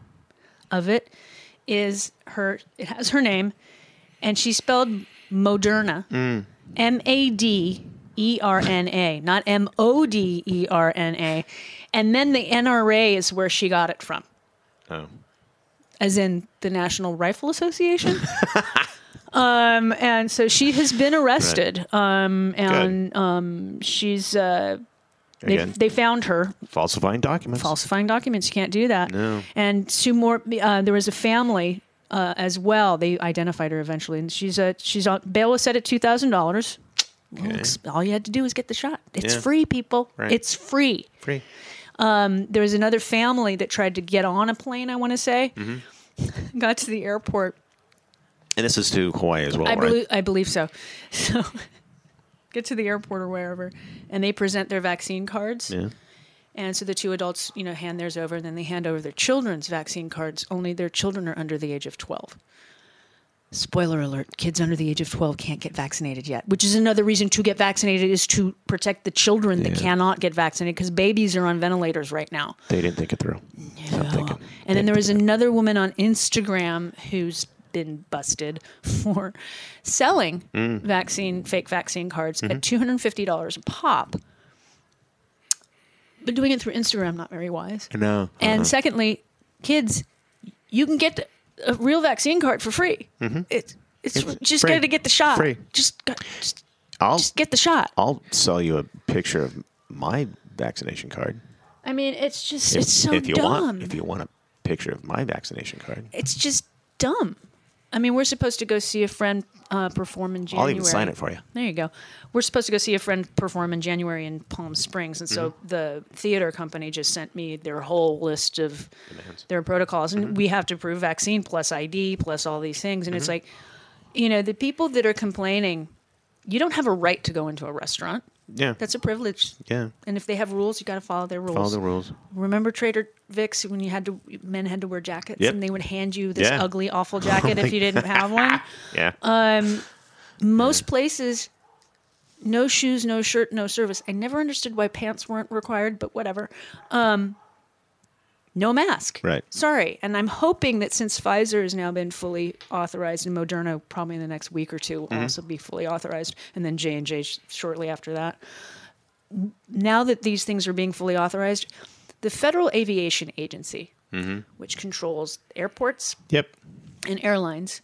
[SPEAKER 2] of it is her it has her name and she spelled moderna
[SPEAKER 3] Mm.
[SPEAKER 2] M A D E R N A, not M O D E R N A. And then the NRA is where she got it from,
[SPEAKER 3] Oh.
[SPEAKER 2] as in the National Rifle Association. um, and so she has been arrested. Um, and um, she's, uh, they,
[SPEAKER 3] Again,
[SPEAKER 2] they found her
[SPEAKER 3] falsifying documents.
[SPEAKER 2] falsifying documents. You can't do that. And two more. Uh, there was a family uh, as well. They identified her eventually, and she's uh, she's on bail was set at two thousand dollars. All you had to do was get the shot. It's
[SPEAKER 3] Yeah.
[SPEAKER 2] free, people.
[SPEAKER 3] Right.
[SPEAKER 2] It's free. Um,
[SPEAKER 3] Free.
[SPEAKER 2] There was another family that tried to get on a plane. I want to say,
[SPEAKER 3] Mm-hmm.
[SPEAKER 2] got to the airport.
[SPEAKER 3] And this is to Hawaii as well,
[SPEAKER 2] I
[SPEAKER 3] right?
[SPEAKER 2] believe I believe so. So get to the airport or wherever, and they present their vaccine cards.
[SPEAKER 3] yeah.
[SPEAKER 2] And so the two adults, you know, hand theirs over, and then they hand over their children's vaccine cards. Only their children are under the age of 12. Spoiler alert: kids under the age of 12 can't get vaccinated yet, which is another reason to get vaccinated is to protect the children that cannot get vaccinated because babies are on ventilators right now.
[SPEAKER 3] They didn't think it through. Stop thinking.
[SPEAKER 2] And then there was another woman on Instagram who's been busted for selling
[SPEAKER 3] Mm.
[SPEAKER 2] vaccine fake vaccine cards
[SPEAKER 3] Mm-hmm.
[SPEAKER 2] at two hundred and fifty dollars a pop. But doing it through Instagram, not very wise.
[SPEAKER 3] No.
[SPEAKER 2] And secondly, kids, you can get a real vaccine card for free. It's it's, just
[SPEAKER 3] Mm-hmm. free.
[SPEAKER 2] got to get the shot.
[SPEAKER 3] Free.
[SPEAKER 2] Just, got, just
[SPEAKER 3] I'll
[SPEAKER 2] just get the shot.
[SPEAKER 3] I'll sell you a picture of my vaccination card.
[SPEAKER 2] I mean, it's just
[SPEAKER 3] If,
[SPEAKER 2] it's so
[SPEAKER 3] if you
[SPEAKER 2] dumb.
[SPEAKER 3] want if you want a picture of my vaccination card.
[SPEAKER 2] it's just dumb. I mean, we're supposed to go see a friend uh, perform in January.
[SPEAKER 3] I'll even sign it for you.
[SPEAKER 2] There you go. We're supposed to go see a friend perform in January in Palm Springs, and so
[SPEAKER 3] Mm-hmm.
[SPEAKER 2] the theater company just sent me their whole list of their protocols,
[SPEAKER 3] Mm-hmm.
[SPEAKER 2] and we have to prove vaccine plus ID plus all these things, and it's like, you know, the people that are complaining, you don't have a right to go into a restaurant.
[SPEAKER 3] Yeah.
[SPEAKER 2] That's a privilege.
[SPEAKER 3] yeah.
[SPEAKER 2] And if they have rules, you got to follow their rules.
[SPEAKER 3] Follow the rules.
[SPEAKER 2] Remember Trader Vic's when you had to men had to wear jackets
[SPEAKER 3] Yep.
[SPEAKER 2] and they would hand you this
[SPEAKER 3] Yeah.
[SPEAKER 2] ugly, awful jacket if you didn't have one.
[SPEAKER 3] Yeah.
[SPEAKER 2] Uh, Um, Most places, no shoes, no shirt, no service. I never understood why pants weren't required, but whatever. Um, no mask.
[SPEAKER 3] Right.
[SPEAKER 2] Sorry. And I'm hoping that since Pfizer has now been fully authorized and Moderna probably in the next week or two will also be fully authorized, and then J and J shortly after that. Now that these things are being fully authorized, the Federal Aviation Agency, which controls airports,
[SPEAKER 3] yep.
[SPEAKER 2] and airlines,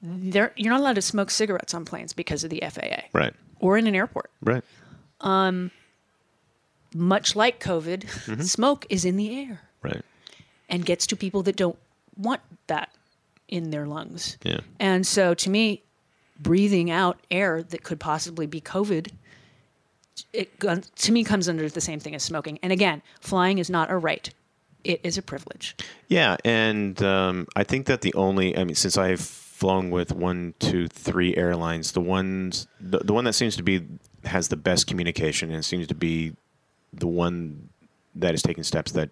[SPEAKER 2] they're, you're not allowed to smoke cigarettes on planes because of the FAA
[SPEAKER 3] Right.
[SPEAKER 2] or in an airport.
[SPEAKER 3] Right.
[SPEAKER 2] Much like COVID,
[SPEAKER 3] Mm-hmm.
[SPEAKER 2] smoke is in the air
[SPEAKER 3] Right.
[SPEAKER 2] and gets to people that don't want that in their lungs.
[SPEAKER 3] Yeah.
[SPEAKER 2] And so to me, breathing out air that could possibly be COVID, it gon- to me comes under the same thing as smoking. And again, flying is not a right. It is a privilege.
[SPEAKER 3] Yeah, and um, I think that the only I mean, since I've flown with one, two, three airlines, the ones the, the one that seems to be has the best communication and seems to be the one that is taking steps that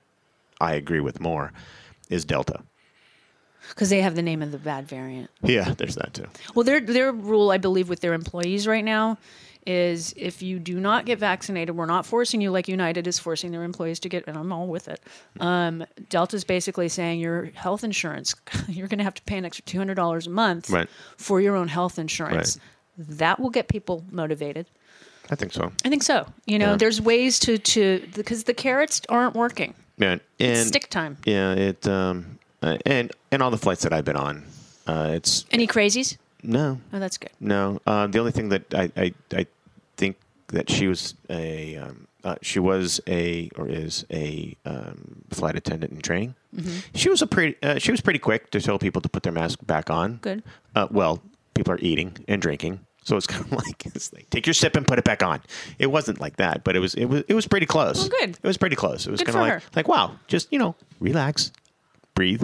[SPEAKER 3] I agree with more is Delta.
[SPEAKER 4] Because they have the name of the bad variant.
[SPEAKER 3] Yeah, there's that too.
[SPEAKER 2] Well, their their rule, I believe, with their employees right now is if you do not get vaccinated, we're not forcing you like United is forcing their employees to get, and I'm all with it. Um, Delta's basically saying your health insurance, you're going to have to pay an extra two hundred dollars a month
[SPEAKER 3] Right.
[SPEAKER 2] for your own health insurance. That will get people motivated.
[SPEAKER 3] I think so.
[SPEAKER 2] I think so. You know,
[SPEAKER 3] Yeah.
[SPEAKER 2] there's ways to to because the carrots aren't working.
[SPEAKER 3] Yeah, and
[SPEAKER 2] Stick time.
[SPEAKER 3] Yeah, it um, uh, and and all the flights that I've been on, uh, it's
[SPEAKER 2] Any crazies?
[SPEAKER 3] no,
[SPEAKER 2] Oh, that's good.
[SPEAKER 3] no. Uh, the only thing that I, I I think that she was a um, uh, she was a or is a um, flight attendant in training. She was a pretty uh, she was pretty quick to tell people to put their mask back on.
[SPEAKER 2] Good.
[SPEAKER 3] Uh, well, people are eating and drinking. So it's kind of like it's like take your sip and put it back on. It wasn't like that, but it was it was it was pretty close.
[SPEAKER 2] Well, good.
[SPEAKER 3] It was pretty close. It was
[SPEAKER 2] Good
[SPEAKER 3] kind of
[SPEAKER 2] for
[SPEAKER 3] like
[SPEAKER 2] her.
[SPEAKER 3] like wow, just you know, relax, breathe.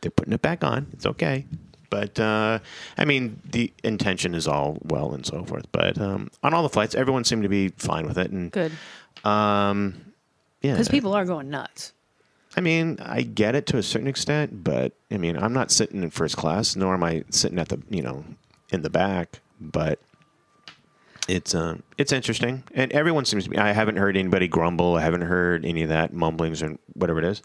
[SPEAKER 3] They're putting it back on. It's okay. But uh, I mean, the intention is all well and so forth. But um, on all the flights, everyone seemed to be fine with it. And
[SPEAKER 2] Good.
[SPEAKER 3] Um, yeah,
[SPEAKER 4] Because people are going nuts.
[SPEAKER 3] I mean, I get it to a certain extent, but I mean, I'm not sitting in first class, nor am I sitting at the you know in the back. But it's um, it's interesting, and everyone seems to be. I haven't heard anybody grumble. I haven't heard any of that mumblings or whatever it is.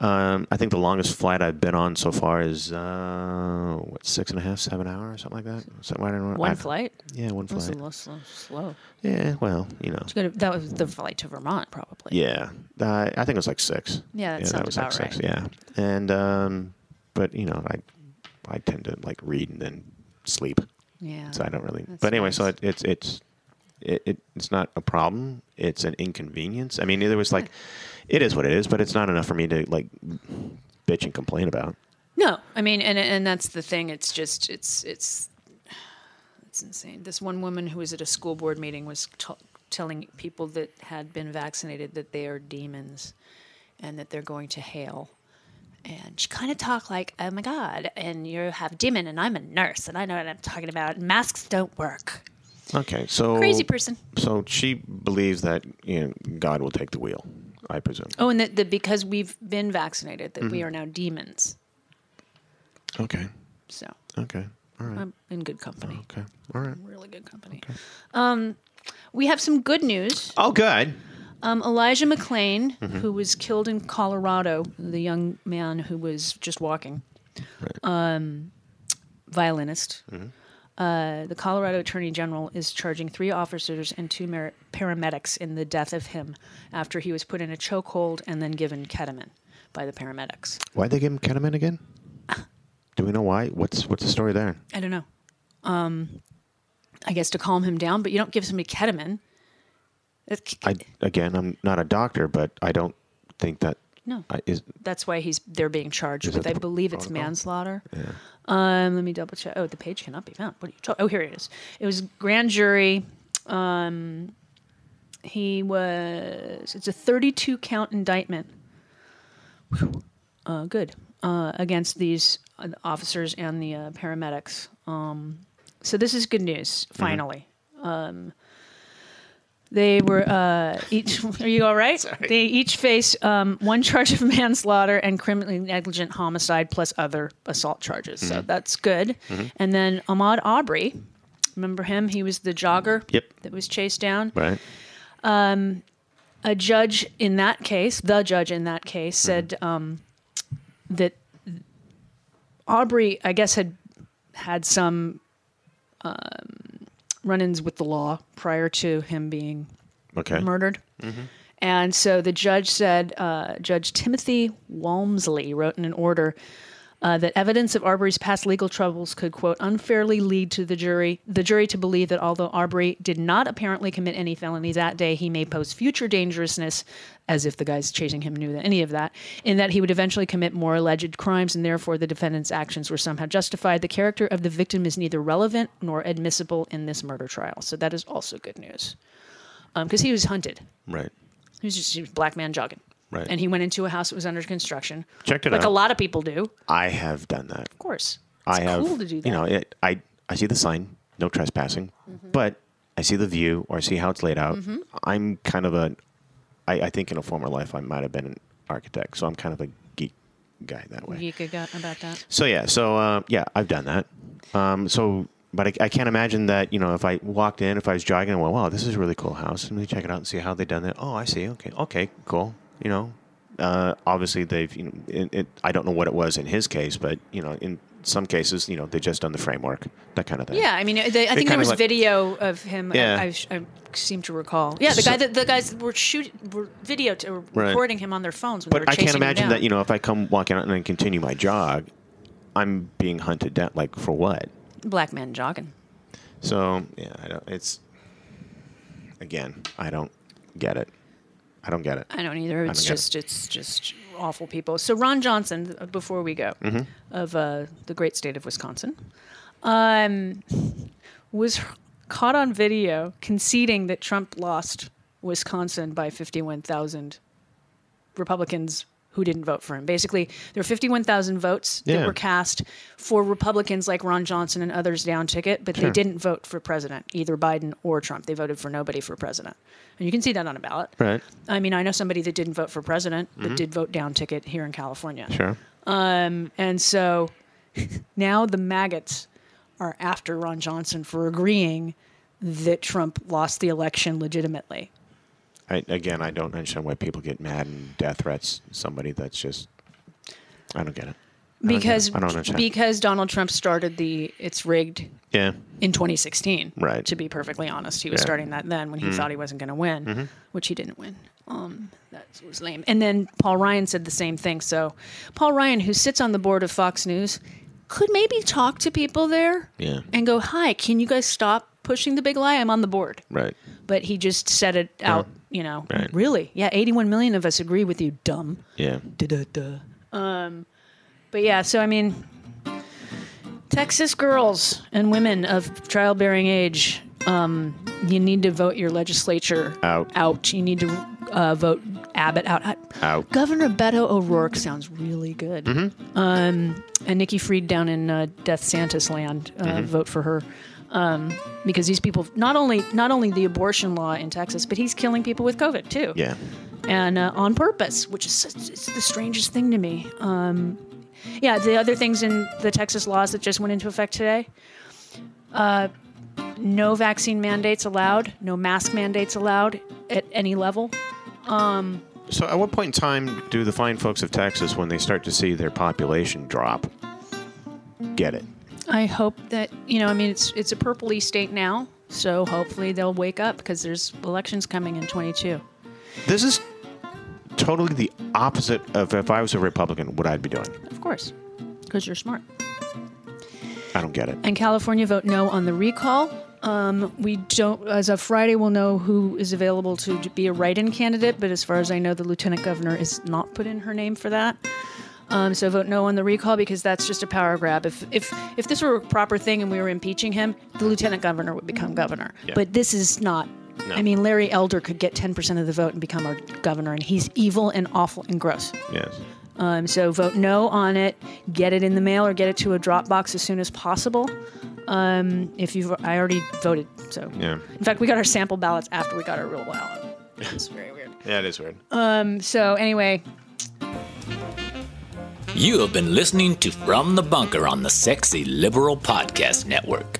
[SPEAKER 3] Um, I think the longest flight I've been on so far is uh, what six and a half, seven hours, something like that. Something I don't know.
[SPEAKER 2] One
[SPEAKER 3] I-
[SPEAKER 2] flight.
[SPEAKER 3] Yeah, one
[SPEAKER 4] That's a
[SPEAKER 3] flight.
[SPEAKER 4] little slow. slow.
[SPEAKER 3] Yeah, well, you know.
[SPEAKER 4] It's gonna- That was the flight to Vermont, probably.
[SPEAKER 3] Yeah, uh, I think it was like six.
[SPEAKER 4] Yeah, that
[SPEAKER 3] that
[SPEAKER 4] sounds
[SPEAKER 3] was
[SPEAKER 4] about
[SPEAKER 3] like six. Yeah, and um, but you know, I I tend to like read and then sleep,
[SPEAKER 4] Yeah.
[SPEAKER 3] so I don't really.
[SPEAKER 4] Oh, That's
[SPEAKER 3] But anyway, so
[SPEAKER 4] nice.
[SPEAKER 3] it, it's it's it, it it's not a problem. It's an inconvenience. I mean, there was like, it is what it is, but it's not enough for me to like bitch and complain about.
[SPEAKER 2] No, I mean, and and that's the thing. It's just it's it's it's insane. This one woman who was at a school board meeting was t- telling people that had been vaccinated that they are demons and that they're going to hell. And she kind of talked like, "Oh my God!" And you have demon, and I'm a nurse, and I know what I'm talking about. and Masks don't work.
[SPEAKER 3] Okay, so
[SPEAKER 2] Crazy person.
[SPEAKER 3] So she believes that you know, God will take the wheel. I presume.
[SPEAKER 2] Oh, and that, that because we've been vaccinated, that we
[SPEAKER 3] Mm-hmm.
[SPEAKER 2] are now demons.
[SPEAKER 4] Oh.
[SPEAKER 3] Okay.
[SPEAKER 2] So
[SPEAKER 3] Okay. All right.
[SPEAKER 2] I'm in good company.
[SPEAKER 3] Okay. All right.
[SPEAKER 2] Really good company. Um, we have some good news.
[SPEAKER 3] Oh, good.
[SPEAKER 2] Um, Elijah McClain, who was killed in Colorado, the young man who was just walking, um, violinist. Uh, the Colorado Attorney General is charging three officers and two mer- paramedics in the death of him after he was put in a chokehold and then given ketamine by the paramedics.
[SPEAKER 3] Why'd they give him ketamine again? Do we know why? What's what's the story there?
[SPEAKER 2] I don't know. Um, I guess to calm him down, but you don't give somebody ketamine. That's,
[SPEAKER 3] I again, I'm not a doctor, but I don't think that
[SPEAKER 2] No.
[SPEAKER 3] I, is
[SPEAKER 2] that's why he's they're being charged
[SPEAKER 3] Is
[SPEAKER 2] with.
[SPEAKER 3] that
[SPEAKER 2] I
[SPEAKER 3] the
[SPEAKER 2] believe it's
[SPEAKER 3] protocol?
[SPEAKER 2] manslaughter. Um, let me double check. Oh, the page cannot be found. What are you talking? Oh, here it is. It was grand jury. Um, he was. It's a 32 count indictment. Whew. Uh, good uh, against these uh, officers and the uh, paramedics. Um, so this is good news. Finally. Um, they were uh, each. Are you all right? They each face um, one charge of manslaughter and criminally negligent homicide, plus other assault charges. So that's good. And then Ahmad Aubrey, remember him? He was the jogger
[SPEAKER 3] Yep.
[SPEAKER 2] that was chased down
[SPEAKER 3] right.
[SPEAKER 2] a judge in that case, the judge in that case, said um, that Aubrey, I guess, had had some um, run-ins with the law prior to him being
[SPEAKER 3] Okay.
[SPEAKER 2] murdered. And so the judge said, uh, Judge Timothy Walmsley wrote in an order uh, that evidence of Arbery's past legal troubles could, quote, unfairly lead to the jury, the jury to believe that although Arbery did not apparently commit any felonies that day, he may pose future dangerousness, as if the guys chasing him knew that any of that, in that he would eventually commit more alleged crimes and therefore the defendant's actions were somehow justified. The character of the victim is neither relevant nor admissible in this murder trial. So that is also good news. Because he was hunted.
[SPEAKER 3] Right.
[SPEAKER 2] He was just he was a black man jogging.
[SPEAKER 3] Right.
[SPEAKER 2] And he went into a house that was under construction.
[SPEAKER 3] Checked it
[SPEAKER 2] like
[SPEAKER 3] out.
[SPEAKER 2] a lot of people do, of
[SPEAKER 3] I have done that.
[SPEAKER 2] course. It's
[SPEAKER 3] I have.
[SPEAKER 2] cool to do that. Mm-hmm.
[SPEAKER 3] You know, it, I I see the sign, no trespassing, but I see the view or I see how it's laid out. I'm kind of an I, I think in a former life I might have been an architect, so I'm kind of a geek guy that way.
[SPEAKER 2] Geek about that.
[SPEAKER 3] So yeah, so uh, yeah, I've done that. Um, so, but I, I can't imagine that you know if I walked in, if I was jogging, and went, "Wow, this is a really cool house. Let me check it out and see how they done that." Oh, I see. Okay, okay, cool. You know, uh, obviously they've. You know, it, it, I don't know what it was in his case, but you know, in some cases, you know, they just done the framework, that kind of thing.
[SPEAKER 2] Yeah, I mean, they, I think
[SPEAKER 3] kinda
[SPEAKER 2] there was
[SPEAKER 3] like-
[SPEAKER 2] video of him. I-
[SPEAKER 3] Yeah.
[SPEAKER 2] I, sh- I seem to recall. Yeah, the
[SPEAKER 3] So-
[SPEAKER 2] guy that the guys were shooting, were video or
[SPEAKER 3] Right.
[SPEAKER 2] recording him on their phones when they were
[SPEAKER 3] But I
[SPEAKER 2] chasing
[SPEAKER 3] can't imagine
[SPEAKER 2] him down.
[SPEAKER 3] that you know if I come walking out and then continue my jog, I'm being hunted down. Like for what?
[SPEAKER 2] black man jogging.
[SPEAKER 3] So yeah, I don't. It's again, I don't get it. I don't get it.
[SPEAKER 4] I don't either. It's
[SPEAKER 3] don't get it.
[SPEAKER 4] just it's just
[SPEAKER 2] awful people. So Ron Johnson, uh, before we go,
[SPEAKER 3] Mm-hmm.
[SPEAKER 2] of uh, the great state of Wisconsin, um, was caught on video conceding that Trump lost Wisconsin by 51,000 Republicans who didn't vote for him. Basically, there were 51,000 votes
[SPEAKER 3] Yeah.
[SPEAKER 2] that were cast for Republicans like Ron Johnson and others down ticket, but they didn't vote for president, either Biden or Trump. They voted for nobody for president. And you can see that on a ballot.
[SPEAKER 3] Right.
[SPEAKER 2] I mean, I know somebody that didn't vote for president, but did vote down ticket here in California.
[SPEAKER 3] Mm-hmm. Sure.
[SPEAKER 2] Um, and so now the maggots are after Ron Johnson for agreeing that Trump lost the election legitimately.
[SPEAKER 3] I, again, I don't understand why people get mad and death threats. Somebody that's just, I don't get it. I don't get it.
[SPEAKER 2] Because
[SPEAKER 3] I don't understand.
[SPEAKER 2] because Donald Trump started the it's rigged
[SPEAKER 3] yeah,
[SPEAKER 2] in 2016.
[SPEAKER 3] Right.
[SPEAKER 2] To be perfectly honest, he was
[SPEAKER 3] Yeah. Mm-hmm.
[SPEAKER 2] starting that then when he thought he wasn't going to win, which he didn't win. Um, that was lame. And then Paul Ryan said the same thing. So Paul Ryan, who sits on the board of Fox News, could maybe talk to people there
[SPEAKER 3] Yeah.
[SPEAKER 2] and go, "Hi, can you guys stop pushing the big lie? I'm on the board."
[SPEAKER 3] right.
[SPEAKER 2] But he just said it out. You know,
[SPEAKER 3] Right.
[SPEAKER 2] really? Yeah, 81 million of us agree with you, dumb.
[SPEAKER 3] Yeah.
[SPEAKER 2] Da-da-da. Um, but yeah, so I mean, Texas girls and women of childbearing age, um, you need to vote your legislature
[SPEAKER 3] Out.
[SPEAKER 2] Out. You need to uh, vote Abbott out. I-
[SPEAKER 3] Out.
[SPEAKER 2] Governor Beto O'Rourke sounds really good. Um, and Nikki Fried down in uh, Death Santis land, uh, vote for her. Um, because these people, not only not only the abortion law in Texas, but he's killing people with COVID too
[SPEAKER 3] Yeah.
[SPEAKER 2] and uh, on purpose, which is such, it's the strangest thing to me. Um, yeah, the other things in the Texas laws that just went into effect today: uh, no vaccine mandates allowed, no mask mandates allowed at any level.
[SPEAKER 3] So, at what point in time do the fine folks of Texas, when they start to see their population drop, get it?
[SPEAKER 2] I hope that you know. I mean, it's it's a purpley state now, so hopefully they'll wake up because there's elections coming in 22.
[SPEAKER 3] This is totally the opposite of if I was a Republican, what I'd be doing.
[SPEAKER 2] Of course, because you're smart.
[SPEAKER 3] I don't get it.
[SPEAKER 2] and California vote no on the recall. Um, we don't, as of Friday, we'll know who is available to be a write in candidate, but as far as I know, the lieutenant governor is not put in her name for that. Um, so vote no on the recall because that's just a power grab. If, if, if this were a proper thing and we were impeaching him, the lieutenant governor would become governor. But this is not. I mean, Larry Elder could get 10% of the vote and become our governor, and he's evil and awful and gross.
[SPEAKER 3] Yes.
[SPEAKER 2] Um, so vote no on it. Get it in the mail or get it to a Dropbox as soon as possible. Um, if you've, I already voted. So
[SPEAKER 3] Yeah.
[SPEAKER 2] in fact, we got our sample ballots after we got our real ballot. It's very weird.
[SPEAKER 3] Yeah, it is weird.
[SPEAKER 2] So anyway,
[SPEAKER 5] You have been listening to From the Bunker on the Sexy Liberal Podcast Network.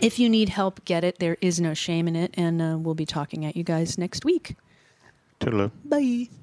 [SPEAKER 2] if you need help, get it. There is no shame in it, and uh, we'll be talking at you guys next week.
[SPEAKER 3] Toodaloo.
[SPEAKER 2] Bye.